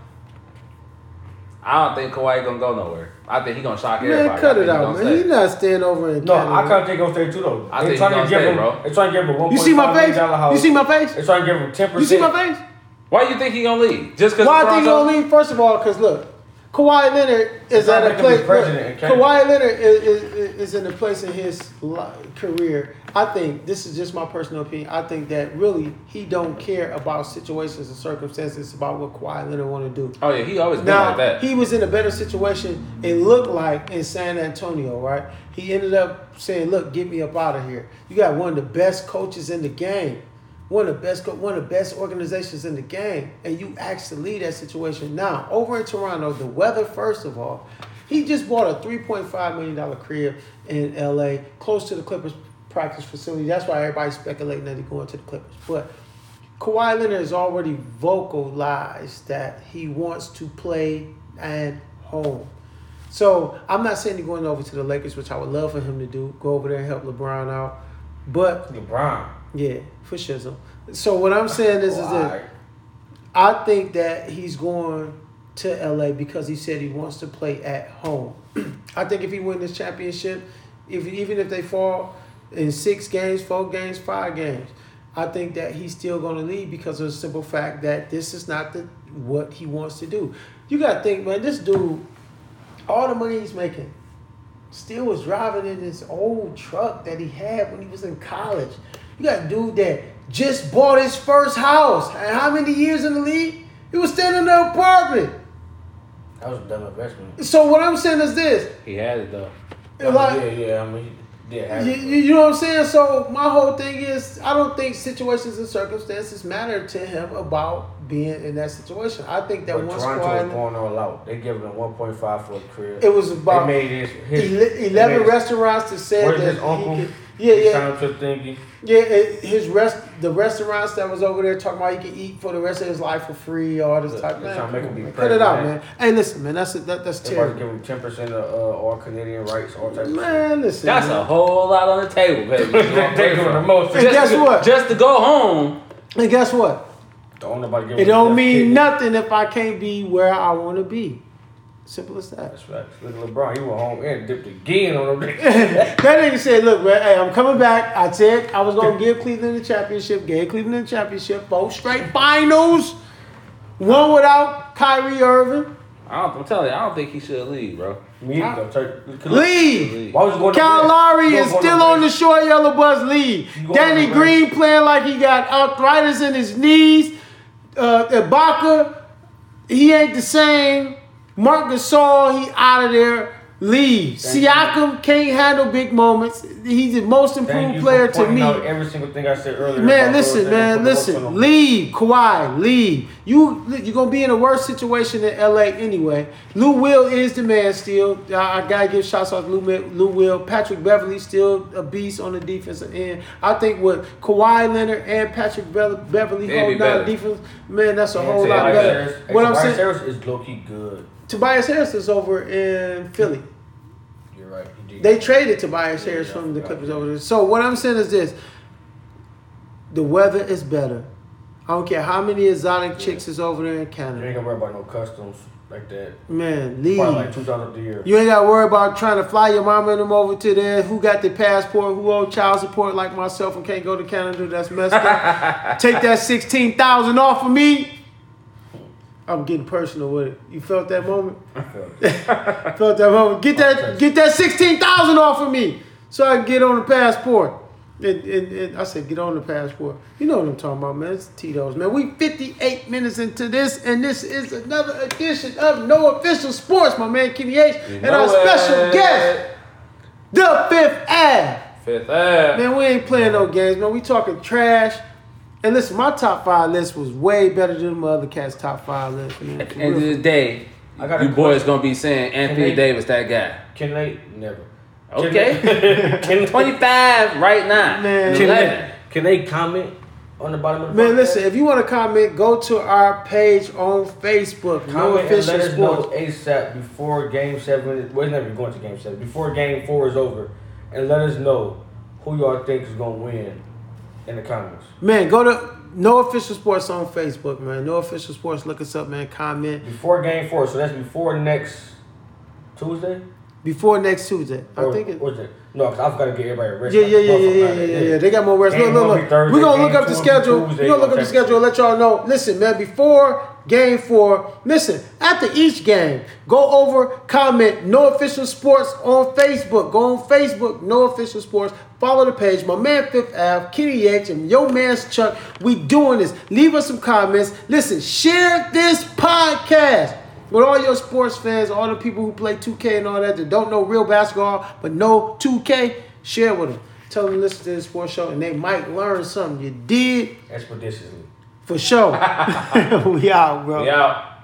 Speaker 2: I don't think Kawhi gonna go nowhere. I think he gonna shock everybody.
Speaker 1: Man, cut
Speaker 2: I
Speaker 1: it
Speaker 2: think he
Speaker 1: out,
Speaker 2: gonna
Speaker 1: man. He
Speaker 2: stay.
Speaker 1: not staying over in
Speaker 3: No,
Speaker 1: Canada,
Speaker 3: I
Speaker 1: man.
Speaker 3: can't think I'm staying too though.
Speaker 2: I
Speaker 3: They
Speaker 2: think
Speaker 3: trying
Speaker 2: he
Speaker 3: to
Speaker 2: gonna
Speaker 3: give
Speaker 2: stay,
Speaker 3: him.
Speaker 2: bro.
Speaker 3: They trying to give him one
Speaker 1: You see my face? You see my
Speaker 3: They
Speaker 1: face?
Speaker 3: trying to give him ten percent.
Speaker 1: You see my face?
Speaker 2: Why you think he gonna leave? Just because?
Speaker 1: Why I think he gonna leave? First of all, because look, Kawhi Leonard is
Speaker 3: Not
Speaker 1: at a
Speaker 3: making him
Speaker 1: place.
Speaker 3: the president in Canada.
Speaker 1: Kawhi Leonard is, is, is in a place in his li career. I think this is just my personal opinion. I think that really he don't care about situations and circumstances about what Kawhi Leonard want to do.
Speaker 2: Oh yeah, he always been
Speaker 1: Now
Speaker 2: like that.
Speaker 1: he was in a better situation. It looked like in San Antonio, right? He ended up saying, "Look, get me up out of here." You got one of the best coaches in the game, one of the best, co- one of the best organizations in the game, and you actually lead that situation. Now over in Toronto, the weather. First of all, he just bought a three point five million dollar crib in L.A. close to the Clippers practice facility. That's why everybody's speculating that he's going to the Clippers, but. Kawhi Leonard has already vocalized that he wants to play at home. So I'm not saying he's going over to the Lakers, which I would love for him to do. Go over there and help LeBron out. But
Speaker 3: LeBron.
Speaker 1: yeah, for shizzle. So what I'm saying is, is that
Speaker 3: Why?
Speaker 1: I think that he's going to LA because he said he wants to play at home. I think if he wins this championship, if even if they fall in six games, four games, five games, I think that he's still going to leave because of the simple fact that this is not the what he wants to do. You got to think, man. This dude, all the money he's making, still was driving in this old truck that he had when he was in college. You got a dude that just bought his first house. And how many years in the league? He was staying in the apartment.
Speaker 3: That was a dumb investment.
Speaker 1: So what I'm saying is this.
Speaker 2: he had it though.
Speaker 3: I mean,
Speaker 1: Like,
Speaker 3: yeah, Oh, yeah. I mean, he did have
Speaker 1: You,
Speaker 3: it.
Speaker 1: you you know what I'm saying? So my whole thing is I don't think situations and circumstances matter to him about being in that situation. I think that
Speaker 3: But
Speaker 1: once
Speaker 3: Toronto
Speaker 1: Kawhi,
Speaker 3: was going all out. They giving him 1.5 for a career.
Speaker 1: it was
Speaker 3: they
Speaker 1: about
Speaker 3: made his, his
Speaker 1: ele-
Speaker 3: they
Speaker 1: eleven
Speaker 3: made his-
Speaker 1: restaurants that said
Speaker 3: Where's
Speaker 1: that
Speaker 3: his
Speaker 1: he
Speaker 3: uncle?
Speaker 1: could- yeah,
Speaker 3: He
Speaker 1: yeah,
Speaker 3: signed to thinking.
Speaker 1: Yeah, it, his rest, the restaurants that was over there talking about he could eat for the rest of his life for free, all this
Speaker 3: Look,
Speaker 1: type of
Speaker 3: they're trying to make him be
Speaker 1: thing. Cut it out, man.
Speaker 3: president.
Speaker 1: Hey, listen, man, that's that, that's
Speaker 3: They about to
Speaker 1: terrible.
Speaker 3: give him 10% of uh, all Canadian rights, all types of shit.
Speaker 1: Man, listen,
Speaker 2: That's a
Speaker 1: man.
Speaker 2: whole lot on the table, baby.
Speaker 3: They taking the most.
Speaker 1: And guess
Speaker 2: to,
Speaker 1: what?
Speaker 2: Just to go home.
Speaker 1: and guess what?
Speaker 3: Don't nobody give
Speaker 1: It
Speaker 3: him
Speaker 1: don't
Speaker 3: that
Speaker 1: mean
Speaker 3: kidney.
Speaker 1: nothing if I can't be where I want to be. Simple as that.
Speaker 3: That's facts. Look at LeBron. He went home and dipped again on them.
Speaker 1: that nigga said, "Look, man, hey, I'm coming back. I said I was gonna give Cleveland the championship. Gave Cleveland the championship. Four straight finals. One without Kyrie Irving.
Speaker 2: I don't, I'm telling you, I don't think he should leave, bro.
Speaker 3: Me either. though. Take-
Speaker 1: Leave."
Speaker 3: Why was you going to
Speaker 1: Kyle
Speaker 3: Brad?
Speaker 1: Lowry
Speaker 3: You
Speaker 1: is
Speaker 3: going to
Speaker 1: still
Speaker 3: Brad?
Speaker 1: on the short yellow bus lead.
Speaker 3: going
Speaker 1: Danny
Speaker 3: on the Rams.
Speaker 1: Green playing like he got arthritis in his knees. Uh, Ibaka, he ain't the same. Mark Gasol, he out of there. Leave.
Speaker 3: Thank
Speaker 1: Siakam can't handle big moments. He's the most
Speaker 3: Thank
Speaker 1: improved
Speaker 3: you for
Speaker 1: player to
Speaker 3: pointing
Speaker 1: me.
Speaker 3: out every single thing I said earlier.
Speaker 1: Man,
Speaker 3: about
Speaker 1: listen,
Speaker 3: Thursday.
Speaker 1: man,
Speaker 3: Don't put the work on
Speaker 1: listen.
Speaker 3: him.
Speaker 1: Leave, Kawhi, leave. You you're gonna be in a worse situation in LA anyway. Lou Will is the man still. I, I gotta give shots out to Lou, Mi- Lou Will. Patrick Beverly still a beast on the defensive end. I think with Kawhi Leonard and Patrick Be- Beverly
Speaker 2: They'd be
Speaker 1: holding down
Speaker 2: better.
Speaker 1: defense, man, that's a
Speaker 3: And
Speaker 1: whole lot
Speaker 3: Tobias
Speaker 1: better.
Speaker 3: Harris-
Speaker 1: What I'm
Speaker 3: Tobias
Speaker 1: saying,
Speaker 3: Harris is low key good.
Speaker 1: Tobias Harris is over in Philly.
Speaker 3: You're right. He did.
Speaker 1: They traded Tobias Harris from the Clippers over there. So what I'm saying is this: the weather is better. I don't care how many exotic chicks is over there in
Speaker 3: You
Speaker 1: Canada.
Speaker 3: ain't gonna worry about no customs like that.
Speaker 1: Man, leave.
Speaker 3: Probably like two times a year.
Speaker 1: You ain't got to worry about trying to fly your mama and them over to there. Who got the passport? Who owe child support like myself and can't go to Canada? That's messed up. Take that sixteen thousand off of me. I'm getting personal with it. You felt that moment? felt that moment. Get that get that sixteen thousand off of me so I can get on the passport. And, and, and I said, get on the passport. You know what I'm talking about, man. It's Tito's, man. We 58 minutes into this, and this is another edition of No Official Sports, my man Kenny H. and our special guest, the Fifth Ad.
Speaker 2: Fifth Ave.
Speaker 1: Man, we ain't playing no games, man. We talking trash. And listen, my top five list was way better than my other cat's top five list, man.
Speaker 2: At
Speaker 1: For
Speaker 2: the end of
Speaker 1: real.
Speaker 2: the day,
Speaker 3: I got a
Speaker 2: you boys gonna be saying Anthony
Speaker 3: they-
Speaker 2: Davis, that guy.
Speaker 3: Can they? Never.
Speaker 2: Okay.
Speaker 3: Can they, can,
Speaker 2: 25 right
Speaker 1: Man.
Speaker 2: now. Man.
Speaker 3: can,
Speaker 2: 11.
Speaker 3: they, can they comment on the bottom of the
Speaker 1: Man,
Speaker 3: podcast.
Speaker 1: listen, if you want to comment, go to our page on Facebook, No
Speaker 3: Comment and
Speaker 1: Official
Speaker 3: let us
Speaker 1: Sports.
Speaker 3: know ASAP before Game Seven. is- We're never going to Game Seven before Game Four is over, and let us know who y'all think is gonna win in the comments.
Speaker 1: Man, go to No Official Sports on Facebook, man. No Official Sports, look us up, man. Comment
Speaker 3: Before Game Four, so that's before next Tuesday.
Speaker 1: before next Tuesday. I
Speaker 3: Or-
Speaker 1: think it.
Speaker 3: or is it. No, cause I've got to get everybody a rest.
Speaker 1: Yeah,
Speaker 3: like
Speaker 1: yeah,
Speaker 3: a
Speaker 1: yeah, yeah,
Speaker 3: motherfucker
Speaker 1: yeah,
Speaker 3: out
Speaker 1: yeah,
Speaker 3: there.
Speaker 1: yeah, yeah. They got more rest. Look,
Speaker 3: Game
Speaker 1: look,
Speaker 3: gonna be
Speaker 1: look.
Speaker 3: Thursday,
Speaker 1: We're gonna
Speaker 3: game
Speaker 1: look up the
Speaker 3: gonna be
Speaker 1: schedule.
Speaker 3: Tuesday,
Speaker 1: We're gonna look up
Speaker 3: gonna
Speaker 1: the
Speaker 3: check it.
Speaker 1: schedule and let y'all know. Listen, man, before game four, listen, after each game, go over, comment, no official sports on Facebook. Go on Facebook, no official sports. Follow the page. My man Fifth Ave, Kenny Yates, and your man's Chuck. We doing this. Leave us some comments. Listen, share this podcast. With all your sports fans, all the people who play 2K and all that that don't know real basketball but know 2K, share with them. Tell them to listen to this sports show and they might learn something. You did
Speaker 3: Expeditiously.
Speaker 1: for sure. we out, bro.
Speaker 2: We out.